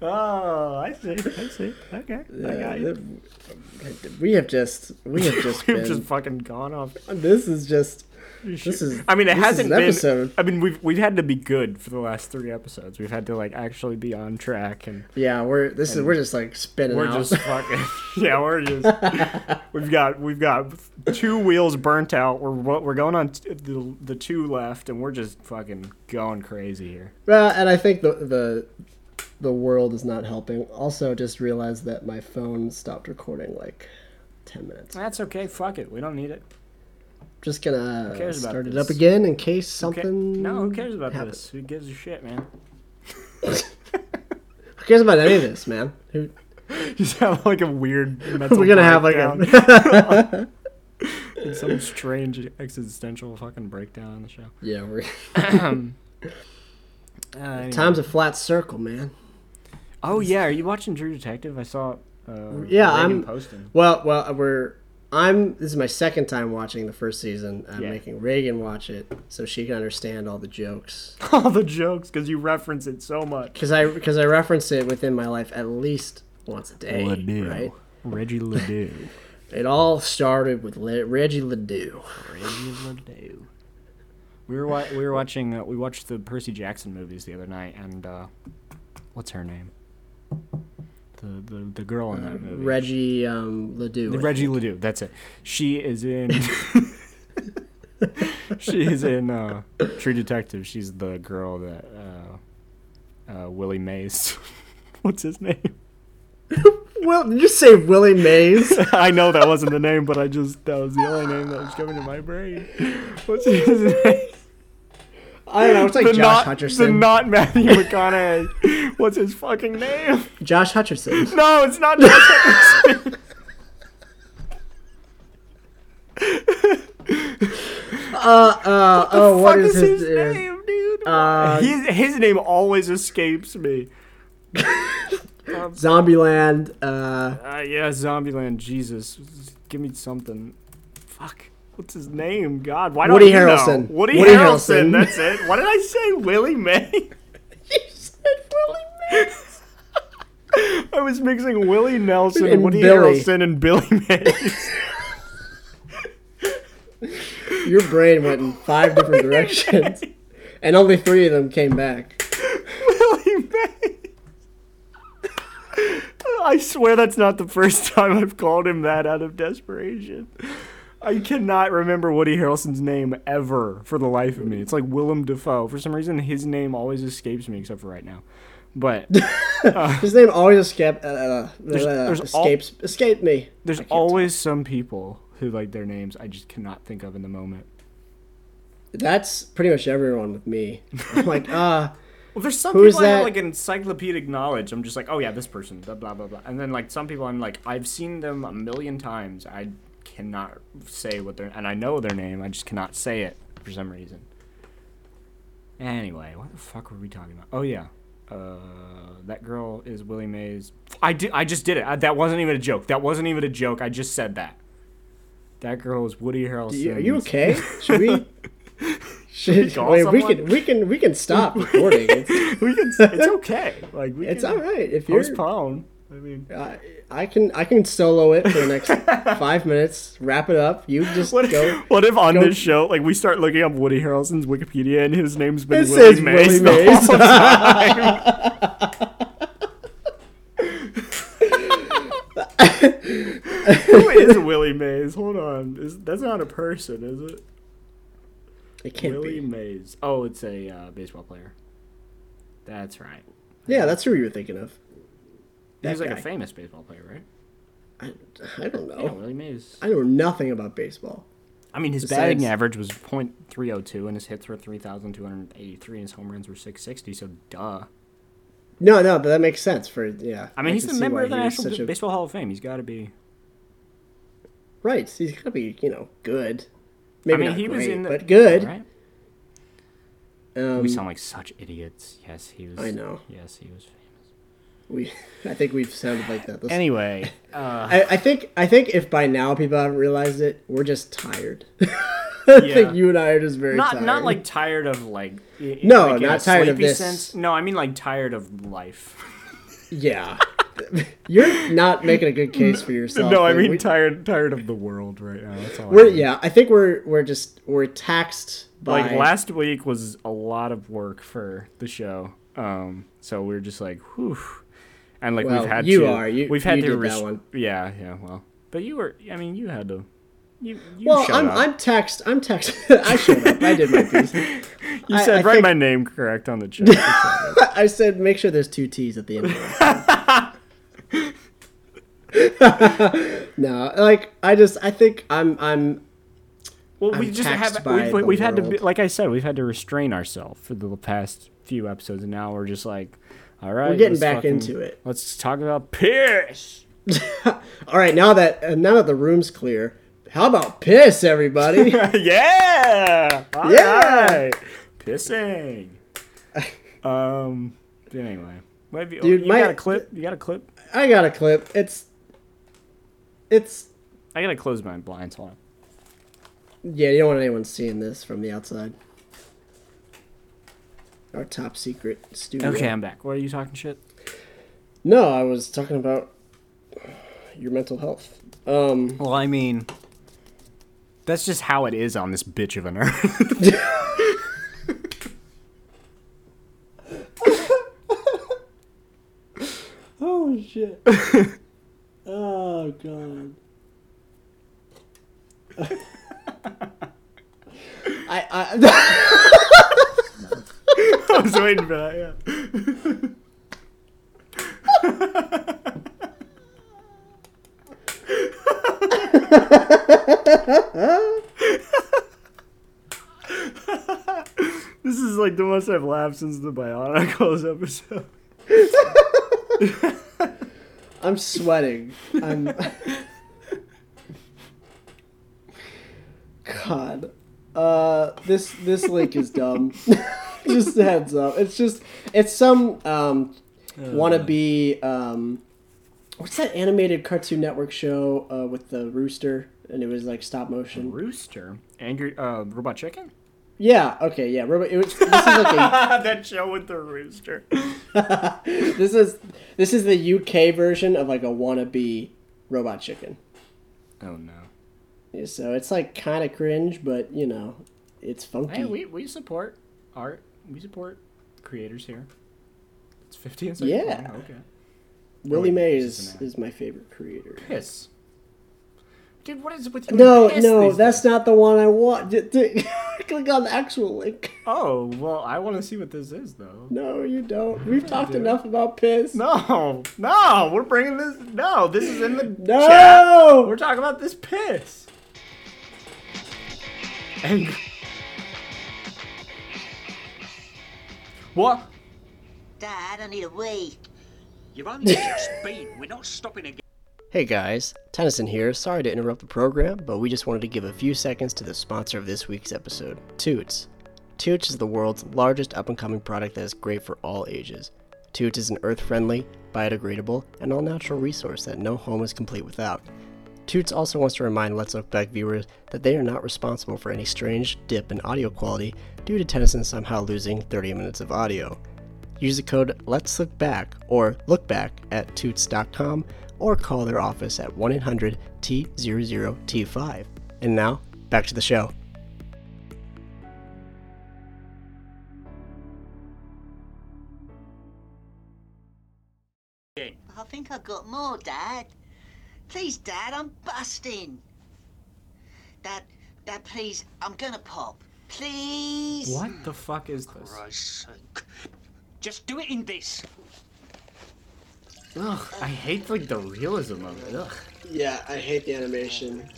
A: I see. I see. Okay, I got you.
B: Uh, we have just we have just
A: We've
B: been
A: just fucking gone off.
B: this is just this is
A: I mean, it
B: this is
A: hasn't
B: an
A: been.
B: episode.
A: I mean, we've we've had to be good for the last three episodes. We've had to like actually be on track, and
B: yeah we're this is
A: and
B: we're just like spinning
A: we're
B: out.
A: just fucking. yeah, we're just. We've got we've got two wheels burnt out. We're we're going on t- the the two left, and we're just fucking going crazy here.
B: well, and I think the the the world is not helping. Also, just realized that my phone stopped recording like ten minutes.
A: That's okay. Fuck it. We don't need it.
B: Just gonna
A: Who cares about
B: start it
A: this?
B: up again in case
A: Who ca-
B: something.
A: No, who cares about
B: happened.
A: this? Who gives a shit, man?
B: Who cares about any of this, man? Who,
A: You sound like a weird mental
B: We're gonna have, like,
A: breakdown. In some strange existential fucking breakdown on the show.
B: Yeah, we're.
A: Uh, anyway.
B: Time's a flat circle, man.
A: oh yeah, are you watching True Detective? I saw. Uh,
B: Yeah,
A: Reagan
B: I'm.
A: posting.
B: Well, well, we're. I'm. This is my second time watching the first season. I'm
A: Yeah.
B: making Reagan watch it so she can understand all the jokes.
A: all the jokes because you reference it so much.
B: Because I because I reference it within my life at least once a day. Right.
A: Reggie Ledoux.
B: It all started with Le- Reggie Ledoux.
A: Reggie Ledoux. We were wa- we were watching uh, we watched the Percy Jackson movies the other night and uh, what's her name? The the, the girl in that movie.
B: Reggie um, Ledoux.
A: The
B: I
A: Reggie Ledoux. That's it. She is in. she is in uh, True Detective. She's the girl that uh, uh, Willie Mays. What's his name?
B: Well, did you say Willie Mays?
A: I know that wasn't the name, but I just that was the only name that was coming to my brain. What's his name?
B: I don't know. It's like
A: The not,
B: Josh
A: The
B: Hutcherson.
A: not Matthew McConaughey. What's his fucking name?
B: Josh Hutcherson.
A: No, it's not Josh Hutcherson.
B: Uh, uh, oh, what
A: fuck
B: is,
A: is
B: his,
A: his
B: is-
A: name, dude?
B: Uh,
A: his, his name always escapes me.
B: Zombieland. Uh,
A: Uh, yeah, Zombieland. Jesus, give me something. Fuck. What's his name? God, why don't
B: Woody
A: you know?
B: Harrelson.
A: Woody,
B: Woody
A: Harrelson.
B: Harrelson.
A: That's it. Why did I say Willie May? you said Willie Mays. I was mixing Willie Nelson,
B: And
A: Woody
B: Billy.
A: Harrelson, and Billy Mays.
B: your brain went in five different directions, and only three of them came back.
A: Willie Mays. I swear that's not the first time I've called him that out of desperation. I cannot remember Woody Harrelson's name ever for the life of me. It's like Willem Dafoe. For some reason, his name always escapes me, except for right now. But
B: His name always escaped. Uh, uh, uh,
A: there's al-
B: escapes escaped me.
A: there's always some people who like their names I just cannot think of in the moment.
B: That's pretty much everyone with me. I'm like, ah,
A: Well, there's some
B: Who's
A: people I have
B: that?
A: like encyclopedic knowledge. I'm just like, oh yeah, this person, blah blah blah blah. And then like some people, I'm like, I've seen them a million times. I cannot say what their and I know their name. I just cannot say it for some reason. Anyway, what the fuck were we talking about? Oh yeah, uh, that girl is Willie Mays. I did. I just did it. I, that wasn't even a joke. That wasn't even a joke. I just said that. That girl is Woody Harrelson.
B: Are you okay? Should we? Should,
A: call
B: wait, we
A: someone?
B: can we can we can stop recording. It's,
A: we can. It's okay. Like we
B: it's
A: can
B: all right if you're
A: postpone. I mean,
B: I, I can I can solo it for the next five minutes. Wrap it up. You just
A: What if,
B: go.
A: what if on
B: go-
A: this show, like, we start looking up Woody Harrelson's Wikipedia and his name's been
B: It
A: Willie
B: says
A: Mays? the
B: Willie Mays.
A: whole time? Who is Willie Mays? Hold on. Is, that's not a person, is it?
B: It can't
A: Willie Mays. Oh, it's a uh, baseball player. That's right.
B: Yeah, that's who you were thinking of.
A: He was
B: That
A: like
B: guy.
A: a famous baseball player, right?
B: I don't know.
A: Yeah, Willie Mays.
B: I know nothing about baseball.
A: Oh. I mean, his
B: Besides-
A: batting average was .302, and his hits were 3,283, and his home runs were 660, so duh.
B: No, no, but that makes sense for yeah.
A: I mean, he's
B: can
A: a
B: see
A: member
B: why
A: of the
B: he was
A: National
B: such a-
A: Baseball Hall of Fame. He's got to be.
B: Right, so he's gotta be you know good. Maybe
A: I mean,
B: not
A: he
B: great,
A: was in the,
B: but good.
A: Right?
B: Um,
A: we sound like such idiots. Yes, he was.
B: I know.
A: Yes, he was famous.
B: We, I think we've sounded like that. This
A: Anyway, uh,
B: I, I think I think if by now people haven't realized it, we're just tired. I
A: Yeah.
B: think you and I are just very
A: not
B: tired.
A: not like tired of like. i- i-
B: No,
A: like in a
B: not tired of
A: sleepy
B: this.
A: Sense. No, I mean like tired of life.
B: yeah, you're not making a good case for yourself.
A: no, I
B: Like,
A: mean
B: we,
A: tired tired of the world right now. That's all. I
B: we're
A: mean.
B: yeah. I think we're we're just we're taxed by
A: Like last week was a lot of work for the show. Um, so we are just like, whew. And like
B: Well,
A: we've had
B: you
A: to,
B: are. You-
A: we've had
B: you
A: to
B: did that
A: res-
B: one.
A: Yeah, yeah. Well, but you were. I mean, you had to. You, you
B: well,
A: showed
B: I'm
A: up.
B: I'm taxed. I'm taxed. I showed up. I did my piece.
A: You
B: I-
A: said
B: I
A: write
B: think-
A: my name correct on the chat.
B: I said make sure there's two T's at the end. of it. no, like I just I think I'm I'm
A: well, we
B: I'm
A: just
B: taxed
A: have
B: by
A: we've,
B: the
A: we've had to be,
B: world.
A: like I said, we've had to restrain ourselves for the past few episodes, and now we're just like, all right,
B: getting
A: let's
B: back
A: fucking-
B: into it.
A: Let's talk about piss.
B: All right, now that uh, now that the room's clear, how about piss, everybody?
A: yeah, All
B: Yeah.
A: right. pissing. um. Anyway, What have you, oh,
B: Dude,
A: you
B: my-
A: got a clip? You got a clip?
B: I got a clip. It's, it's
A: I gotta close my blinds. Hold on.
B: yeah. You don't want anyone seeing this from the outside. Our top secret studio.
A: Okay, I'm back. What are you talking shit?
B: No, I was talking about your mental health. Um.
A: Well, I mean, that's just how it is on this bitch of an earth.
B: Oh shit. oh god. I I.
A: I was waiting for that. Yeah. This is like the most I've laughed since the Bionicles episode.
B: I'm sweating. I'm. God, uh, this this link is dumb. just a heads up. It's just it's some um, wannabe um, what's that animated Cartoon Network show uh, with the rooster and it was like stop motion.
A: Rooster, angry uh, robot chicken.
B: Yeah. Okay. Yeah. Robot. It was, this is like a
A: that show with the rooster.
B: this is this is the UK version of like a wannabe robot chicken.
A: Oh no.
B: Yeah, So it's like kind of cringe, but you know, it's funky.
A: Hey, we, we support art. We support creators here. It's 15 seconds.
B: Yeah.
A: long, Oh, Okay.
B: Willie
A: Oh, wait, this
B: Mays is my favorite creator.
A: Piss. Dude, what is it with you?
B: No,
A: and piss
B: no,
A: these
B: that's not the one I want. D- d- Click on the actual link.
A: days? Oh, well, I want to see what this is, though.
B: No, you don't. We've talked
A: do it.
B: enough about piss.
A: No, no, we're bringing this. No, this is in the
B: No!
A: chat. We're talking about this piss. And what?
N: that, I need a wee.
O: You've only just been. We're not stopping again.
B: Hey guys, Tennyson here. Sorry to interrupt the program, but we just wanted to give a few seconds to the sponsor of this week's episode, Toots. Toots is the world's largest up and coming product that is great for all ages. Toots is an earth friendly, biodegradable, and all natural resource that no home is complete without. Toots also wants to remind Let's Look Back viewers that they are not responsible for any strange dip in audio quality due to Tennyson somehow losing 30 minutes of audio. Use the code Let's Look Back or Look Back at Toots.com or call their office at 1 800 T00T5. And now, back to the show.
N: I think I got more, Dad. Please, Dad, I'm busting. Dad, Dad, please, I'm gonna pop. Please.
A: What the fuck is this?
O: Hmm. Christ's sake. Just do it in this.
A: Ugh, I hate like the realism of it. Ugh.
B: Yeah, I hate the animation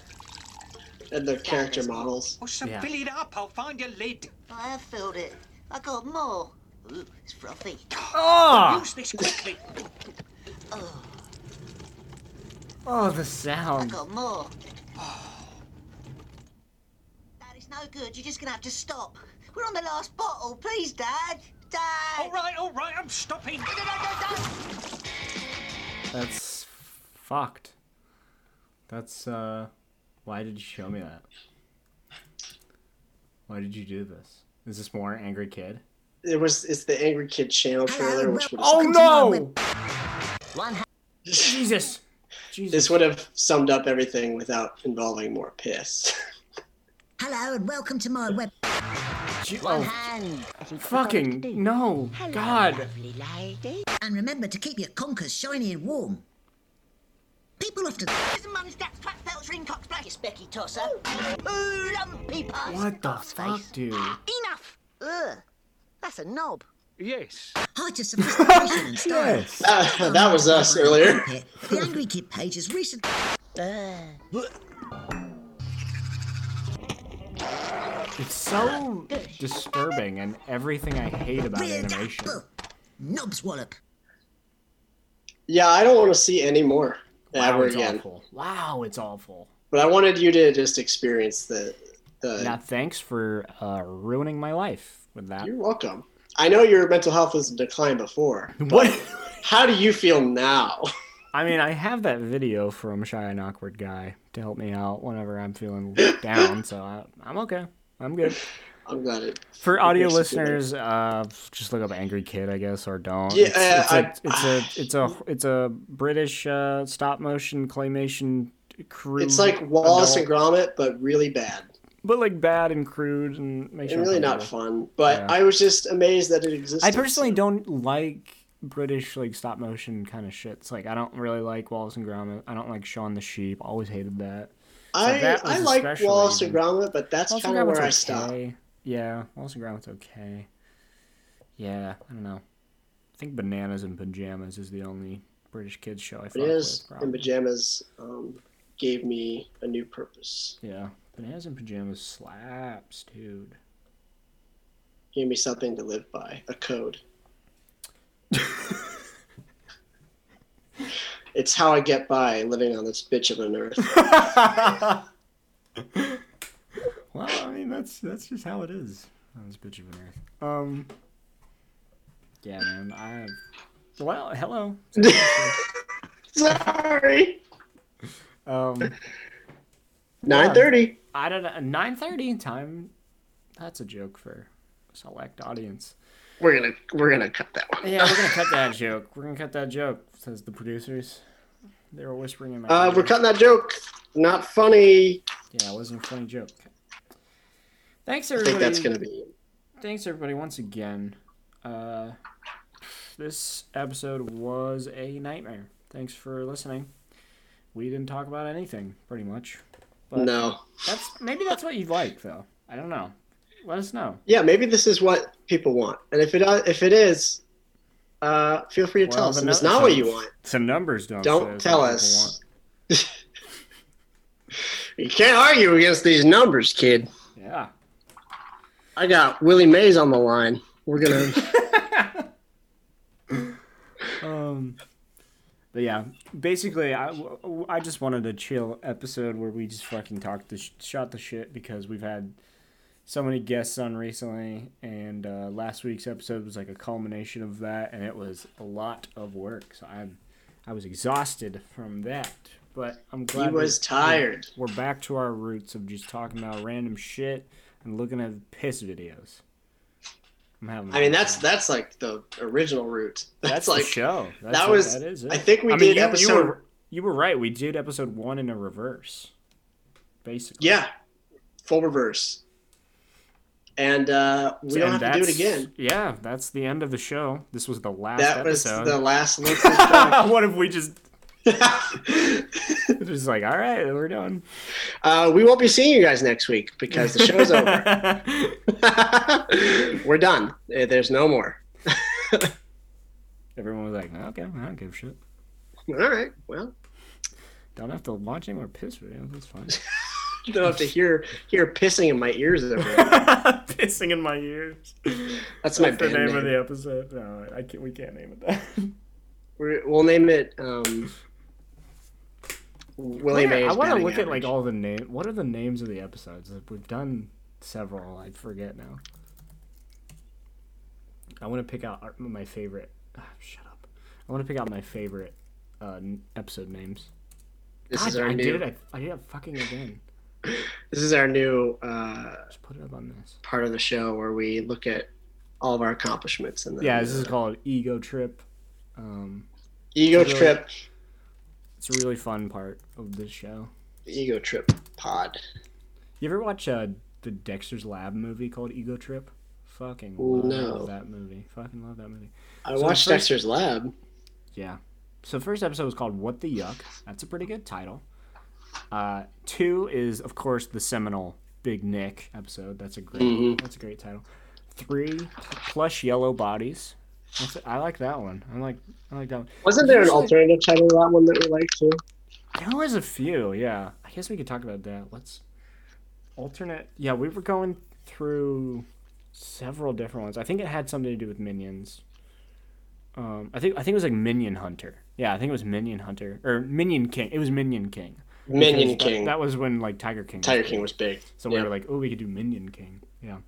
B: and the character models.
O: Oh, so fill it up. I'll find your lid.
N: I have filled it. I got more. Ooh, it's frothy.
A: Ah!
O: Use this quickly.
A: Oh, the
N: I
A: sound.
N: got more. Dad, it's no good. You're just gonna have to stop. We're on the last bottle. Please, Dad. Dad. All
O: right, all right. I'm stopping.
A: That's fucked. That's uh why did you show me that? Why did you do this? Is this more angry kid?
B: It was it's the Angry Kid channel trailer, which would
A: Oh no! Jesus.
B: This would have summed up everything without involving more piss.
N: Hello and welcome to my web.
A: oh.
N: hand.
A: Fucking no,
N: Hello,
A: God.
N: lovely lady. And remember to keep your conkers shiny and warm. People often. Prison money stacks, crack belts, ring cocks, black. It's Becky Tosser. Ooh, lumpy pies.
A: What the fuck, dude?
N: Enough. Ugh, that's a knob.
O: Yes.
N: Hi to sophistication and style.
B: Ah, that was us earlier.
N: The Angry Kid page has recently.
A: It's so disturbing and everything I hate about animation.
N: Knobs wallop.
B: Yeah, I don't want to see any more
A: Wow,
B: ever
A: it's
B: again.
A: awful. Wow, it's awful.
B: But I wanted you to just experience the. the
A: Now, thanks for uh, ruining my life with that.
B: You're welcome. I know your mental health was in decline before.
A: What?
B: How do you feel now?
A: I mean, I have that video from Shy and Awkward Guy to help me out whenever I'm feeling down, so I, I'm okay. I'm good.
B: I'm glad it.
A: For audio
B: it makes you feel
A: listeners, uh, just look up "Angry Kid," I guess, or don't.
B: Yeah,
A: it's,
B: uh,
A: it's, a, it's a it's a it's a British uh, stop motion claymation crew.
B: It's like Wallace
A: adult-
B: and Gromit, but really bad.
A: but like bad and crude and makes
B: And
A: you
B: really not
A: uncomfortable.
B: fun. But
A: Yeah.
B: I was just amazed that it existed.
A: I personally don't like British like stop motion kind of shit. It's like I don't really like Wallace and Gromit. I don't like Shaun the Sheep. Always hated that. So
B: I,
A: that was
B: I like
A: especially-
B: Wallace and Gromit, but that's
A: Wallace and
B: kind of where
A: Gromit's
B: I stopped.
A: okay. Yeah, Wallace and Gromit's okay. Yeah, I don't know. I think Bananas and Pajamas is the only British kids show I fuck
B: It is,
A: with.
B: and
A: Probably.
B: pajamas um, gave me a new purpose.
A: Yeah, Bananas and Pajamas slaps, dude.
B: Gave me something to live by, a code. it's how I get by living on this bitch of an earth.
A: Well, I mean that's that's just how it is on this bitch of an earth. Um. Yeah, man. I. Well, hello.
B: Sorry.
A: Um.
B: Nine thirty.
A: I don't know. Nine thirty time. That's a joke for select audience.
B: We're gonna we're gonna cut that one.
A: Yeah, we're gonna cut that joke. We're gonna cut that joke. Says the producers. They were whispering in my.
B: Uh,
A: ear.
B: we're cutting that joke. Not funny.
A: Yeah, it wasn't a funny joke. Thanks
B: I
A: everybody.
B: think that's gonna be.
A: Thanks everybody once again. Uh, this episode was a nightmare. Thanks for listening. We didn't talk about anything pretty much.
B: No.
A: That's maybe that's what you'd like though. I don't know. Let us know.
B: Yeah, maybe this is what people want, and if it if it is, uh, feel free to tell
A: Well,
B: us.
A: the
B: If it's
A: nu-
B: not what
A: some-
B: you want,
A: Some numbers don't. say
B: don't
A: that's
B: tell
A: what people
B: us. you can't argue against these numbers, kid.
A: want. Yeah.
B: I got Willie Mays on the line. We're gonna
A: But yeah, basically, I, w- w- I just wanted a chill episode where we just fucking talked the sh- shot the shit because we've had so many guests on recently, and uh, last week's episode was like a culmination of that, and it was a lot of work. So I'm I was exhausted from that, but I'm glad we-
B: was tired.
A: We're back to our roots of just talking about random shit and looking at piss videos. I'm having.
B: I mean, that's that's like the original route.
A: That's
B: That's,
A: the
B: like
A: show. That's
B: that
A: it.
B: was.
A: That is it.
B: I think we
A: mean,
B: did
A: you- you
B: episode.
A: were- You were right. We did episode one in a reverse, basically.
B: yeah, full reverse. And uh, we don't
A: And
B: have to do it
A: that's-
B: again.
A: Yeah, that's the end of the show. This was the last.
B: That was
A: episode.
B: the last look.
A: what if we just? just like, all right, we're done.
B: Uh, we won't be seeing you guys next week because the show's over. We're done. Eh, There's no more.
A: Everyone was like, okay, I don't give a shit.
B: All right. Well,
A: Don't have to watch any more piss videos. That's fine.
B: you don't have to hear hear pissing in my ears. Every
A: Pissing in my ears.
B: That's my
A: the
B: band
A: name of
B: name.
A: the episode. No, I can't, we can't name it that.
B: We're, we'll name it. Um, William
A: Where-
B: A's
A: I want to
B: batting
A: look at like
B: average.
A: all the name. What are the names of the episodes? Like, We've done several. I forget now. I want to pick out our- my favorite. ah, shut up. I want to pick out my favorite uh, n- episode names.
B: This
A: God,
B: is our
A: I
B: new-
A: did it. I, I did it fucking again.
B: This is our new uh,
A: put it up on this.
B: part of the show where we look at all of our accomplishments and then,
A: Yeah, this is
B: uh,
A: called Ego Trip. Um,
B: Ego
A: it's a really-
B: Trip.
A: It's a really fun part of this show.
B: Ego Trip Pod.
A: You ever watch uh, the Dexter's Lab movie called Ego Trip? Fucking
B: Ooh,
A: love
B: no.
A: that movie. Fucking love that movie.
B: I
A: So the
B: watched
A: first-
B: Dexter's Lab.
A: Yeah. So the first episode was called What the Yuck. That's a pretty good title. Uh, two is of course the seminal Big Nick episode. That's a great
B: Mhm.
A: that's a great title. Three plush yellow bodies. That's I like that one. I like I like that one.
B: Wasn't there an
A: Usually-
B: alternative title to that one that we liked too?
A: There was a few, yeah. I guess we could talk about that. Let's alternate. Yeah, we were going through several different ones. I think it had something to do with minions. Um, I think I think it was like Minion Hunter. Yeah, I think it was Minion Hunter or Minion King. It was Minion King.
B: Minion
A: Because that-
B: King.
A: That, was when like Tiger King.
B: Tiger King was big.
A: So
B: Yeah.
A: we were like, oh, we could do Minion King. Yeah,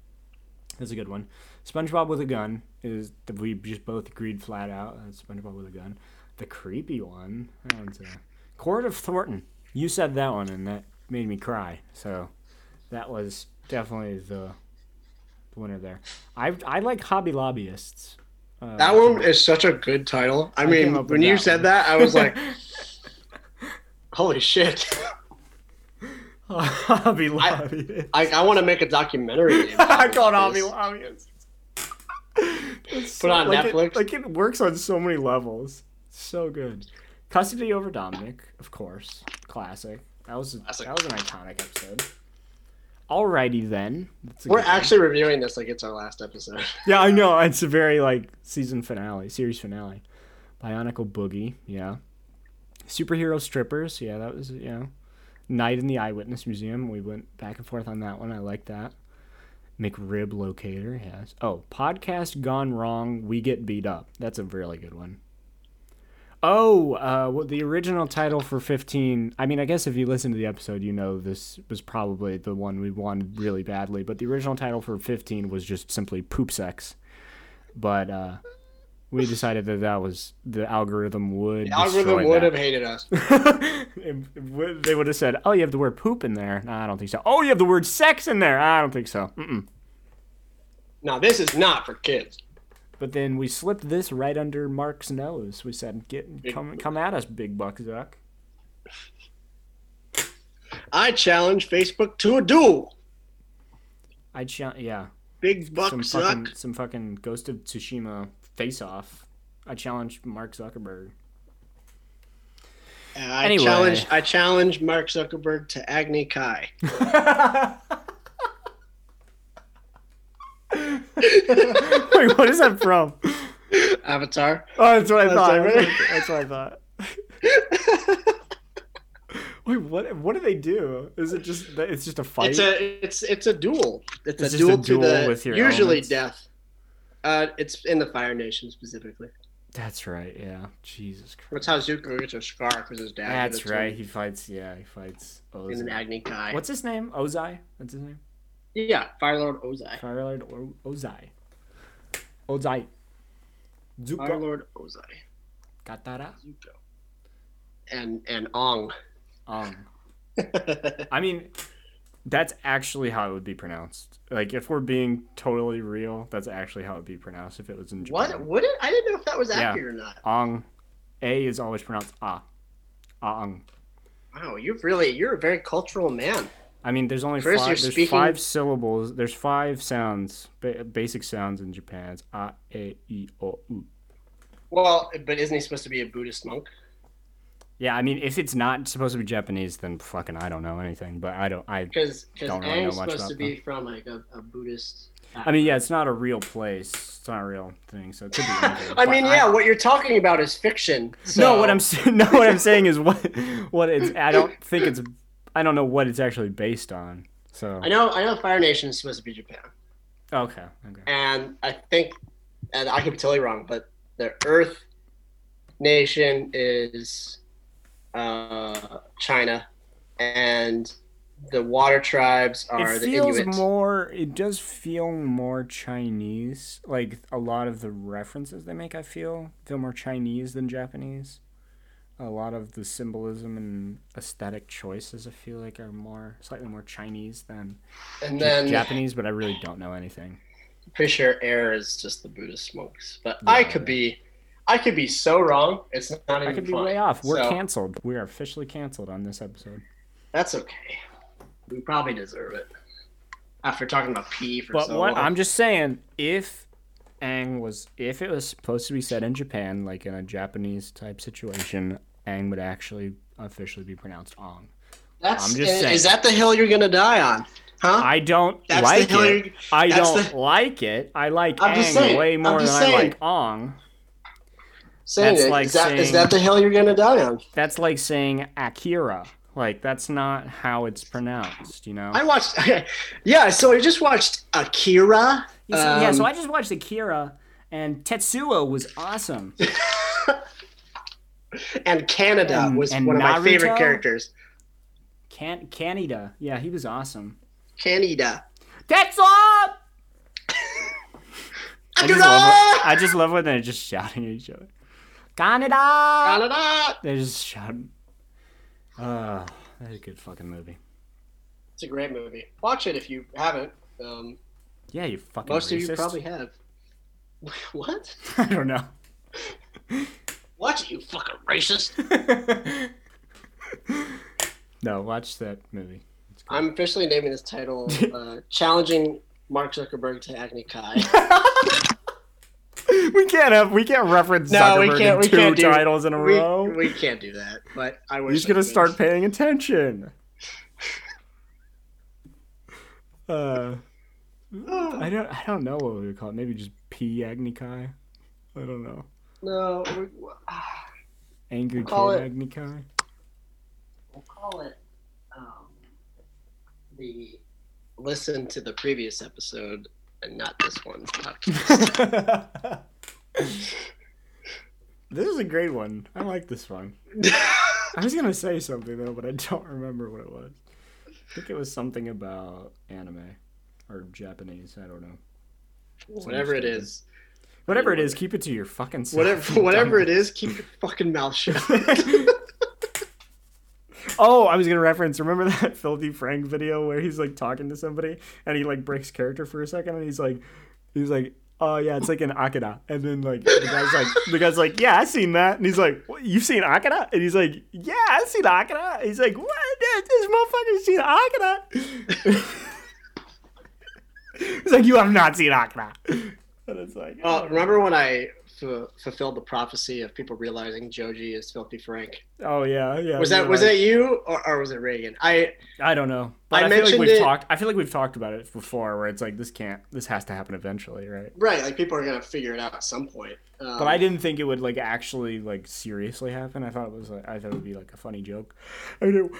A: that's a good one. SpongeBob with a gun is that we just both agreed flat out. That's SpongeBob with a gun. The creepy one. That one's a Court of Thornton. You said that one, and that made me cry. So that was definitely the winner there. I I like Hobby Lobbyists. Uh,
B: That one is such a good title. I,
A: I came
B: mean,
A: up
B: when
A: with
B: you
A: that
B: said
A: one.
B: that, I was like, holy shit.
A: Hobby Lobby.
B: I, I want to make a documentary.
A: I called Hobby Lobby.
B: Put on
A: like
B: Netflix.
A: It, like it works on so many levels. So good. Custody over Dominic, of course. Classic. That was that was an iconic episode. Alrighty then. That's a
B: We're
A: good one.
B: actually reviewing this like it's our last episode.
A: Yeah, I know. It's a very like season finale, series finale. Bionicle Boogie, yeah. Superhero strippers, yeah, that was yeah. Night in the Eyewitness Museum, we went back and forth on that one. I like that. McRib locator, yes. Oh, podcast gone wrong. We get beat up. That's a really good one. Oh, uh, well, the original title for 15. I mean, I guess if you listen to the episode, you know this was probably the one we wanted really badly, but the original title for 15 was just simply Poop Sex. But uh, we decided that that was the algorithm would.
B: The algorithm
A: destroy
B: would
A: that.
B: have hated us.
A: It- it would- they would have said, "Oh, you have the word poop in there." No, I don't think so. Oh, you have the word sex in there. I don't think so. Mm-mm.
B: Now, this is not for kids.
A: But then we slipped this right under Mark's nose. We said, "Get come come at us, big buck Zuck."
B: I challenge Facebook to a duel.
A: I cha- yeah.
B: Big buck
A: some
B: Zuck.
A: fucking some fucking Ghost of Tsushima face off. I challenged Mark Zuckerberg.
B: And I
A: Anyway.
B: challenge I challenge Mark Zuckerberg to Agni Kai.
A: Wait, what is that from?
B: Avatar.
A: Oh, that's what I
B: That's
A: thought.
B: right.
A: That's what I thought. Wait, what? What do they do? Is it just that it's just a fight?
B: It's a it's it's a duel.
A: It's
B: It's, a
A: just a
B: duel,
A: duel
B: to the
A: with your
B: usually
A: elements.
B: death. Uh, it's in the Fire Nation specifically.
A: That's right. Yeah. Jesus Christ.
B: That's how Zuko gets a scar because his dad.
A: That's
B: gave it to
A: right.
B: him.
A: He fights. Yeah, he fights. Ozai.
B: He's an Agni Kai.
A: What's his name? Ozai. That's his name.
B: Yeah, Fire Lord Ozai.
A: Fire Lord o- Ozai. Ozai. Zuko.
B: Fire Lord Ozai.
A: Katara.
B: Zuko. And and Ong.
A: Ong. Um, I mean, that's actually how it would be pronounced. Like, if we're being totally real, that's actually how it would be pronounced if it was in Japan.
B: What? Would it? I didn't know if that was
A: Yeah.
B: accurate or not.
A: Ong. A is always pronounced ah. Ong.
B: Wow, you've really you're a very cultural man.
A: I mean, there's only
B: Chris,
A: 5
B: you're
A: there's
B: speaking-
A: five syllables. There's five sounds, ba- basic sounds in Japan. It's a, e, i, o, u.
B: Well, but isn't he supposed to be a Buddhist monk?
A: Yeah, I mean, if it's not supposed to be Japanese, then fucking I don't know anything. But I don't, I
B: Because because
A: don't really know
B: Aang's
A: much
B: supposed
A: about
B: to
A: them.
B: be from like a, a Buddhist.
A: I mean, yeah, it's not a real place. It's not a real thing, so it could be. anything.
B: I
A: But
B: mean, yeah, what you're talking about is fiction.
A: No,
B: so-
A: what I'm s- no, what I'm saying is what what it's. I don't think it's. I don't know what it's actually based on. So
B: I know I know Fire Nation is supposed to be Japan,
A: Okay. Okay.
B: and I think, and I could be totally wrong, but the Earth Nation is uh, China, and the Water Tribes are
A: it
B: the
A: feels
B: Inuit.
A: more. It does feel more Chinese. Like a lot of the references they make, I feel feel more Chinese than Japanese. A lot of the symbolism and aesthetic choices, I feel like, are more slightly more Chinese than just
B: And then-
A: Japanese. But I really don't know anything.
B: Pretty sure air is just the Buddhist monks, but I could be, I could be so wrong. It's not even.
A: I could be
B: funny.
A: way off. We're
B: So,
A: canceled. We are officially canceled on this episode.
B: That's okay. We probably deserve it. After talking about pee for
A: But
B: so
A: what
B: long.
A: I'm just saying, if Ang was, if it was supposed to be set in Japan, like in a Japanese type situation, Ang would actually officially be pronounced Ong.
B: That's,
A: I'm just
B: is,
A: saying.
B: is that the hill you're gonna die on? Huh?
A: I don't
B: Uh, That's the
A: like
B: hill
A: it.
B: you're-
A: I
B: that's
A: don't like it. I like
B: I'm
A: Ang
B: just saying,
A: way
B: I'm
A: more than
B: just
A: I
B: saying.
A: like Ong.
B: Saying
A: That's
B: it.
A: like
B: is, that, is
A: saying-
B: that the hill you're gonna die on?
A: That's like saying Akira. Like that's not how it's pronounced, you know.
B: I watched. yeah, so I just watched Akira.
A: You see- yeah, so
B: um,
A: I just watched Akira, and Tetsuo was awesome.
B: and Canada
A: And-
B: was
A: and
B: one of my favorite
A: Naruto?
B: characters.
A: Can Canada, yeah, he was awesome.
B: Canada.
A: That's up. I just, love it. I just love when they're just shouting at each other. Canada!
B: Canada!
A: They're just shouting. Oh, that's a good fucking movie.
B: It's a great movie. Watch it if you haven't. Um,
A: Yeah, you fucking
B: most of you
A: racist.
B: probably have. What?
A: I don't know.
B: Watch it, you fucking racist.
A: No, watch that movie.
B: I'm officially naming this title uh, "Challenging Mark Zuckerberg to Agni Kai."
A: We can't have we can't reference
B: no, we can't. We
A: 2
B: can't do
A: titles in a
B: we,
A: row.
B: We can't do that. But I
A: You're
B: was
A: just gonna start paying attention. Uh, I don't. I don't know what we would call it. Maybe just P. Agnikai. I don't know.
B: No, we, we'll
A: Angry
B: Call
A: Kid
B: it-
A: Agnikai.
B: call it um, the listen to the previous episode and not this one. podcast.
A: This is a great one. I like this one. I was gonna say something though, but I don't remember what it was. I think it was something about anime or Japanese. I don't know.
B: Whatever it is,
A: Whatever it is, keep it to your fucking self.
B: whatever whatever it is, keep your fucking mouth shut.
A: Oh, I was gonna reference. Remember that Filthy Frank video where he's like talking to somebody and he like breaks character for a second and he's like, he's like, oh yeah, it's like an Akira, and then like the guy's like, the guy's like, yeah, I seen that, and he's like, what, you've seen Akira, and he's like, yeah, I seen Akira, he's like, what, this, this motherfucker's seen Akira. he's like, you have not seen Akira. And it's like, oh.
B: Uh, remember when I f- fulfilled the prophecy of people realizing Joji is filthy Frank?
A: oh yeah, yeah.
B: was that
A: you're
B: was
A: right.
B: that you or, or was it Reagan? I
A: I don't know.
B: I
A: But I, feel like
B: mentioned
A: we've
B: it-
A: talked. I feel like we've talked about it before, where it's like this can't, this has to happen eventually, right?
B: right like people are gonna figure it out at some point. Um,
A: But I didn't think it would like actually like seriously happen. I thought it was like I thought it would be like a funny joke. I mean, it,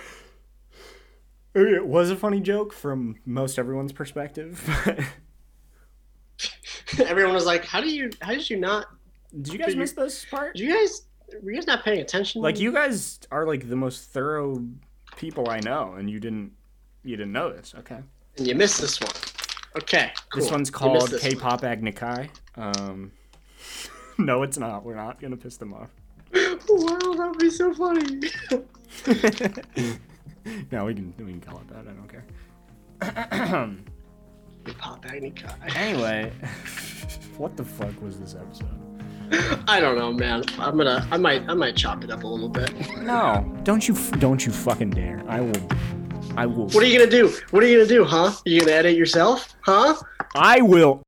A: I mean, it was a funny joke from most everyone's perspective.
B: Everyone was like, "How do you? How did you not
A: Did you guys miss this part?
B: Did you guys were you guys not paying attention?
A: Like you guys are like the most thorough people I know, and you didn't you didn't know this. Okay.
B: And you missed this one. Okay. Cool.
A: This one's
B: You missed
A: called
B: this one.
A: K-pop Agnikai. Um, no, it's not. We're not gonna piss them off.
B: wow, that would be so funny.
A: No, we can we can call it that. I don't care.
B: Pop Agnikai.
A: anyway, what the fuck was this episode?
B: I don't know, man. I'm gonna I might I might chop it up a little bit.
A: No, don't you f- don't you fucking dare! I will, I will.
B: What are you gonna do? What are you gonna do, huh? You gonna edit yourself? Huh?
A: I will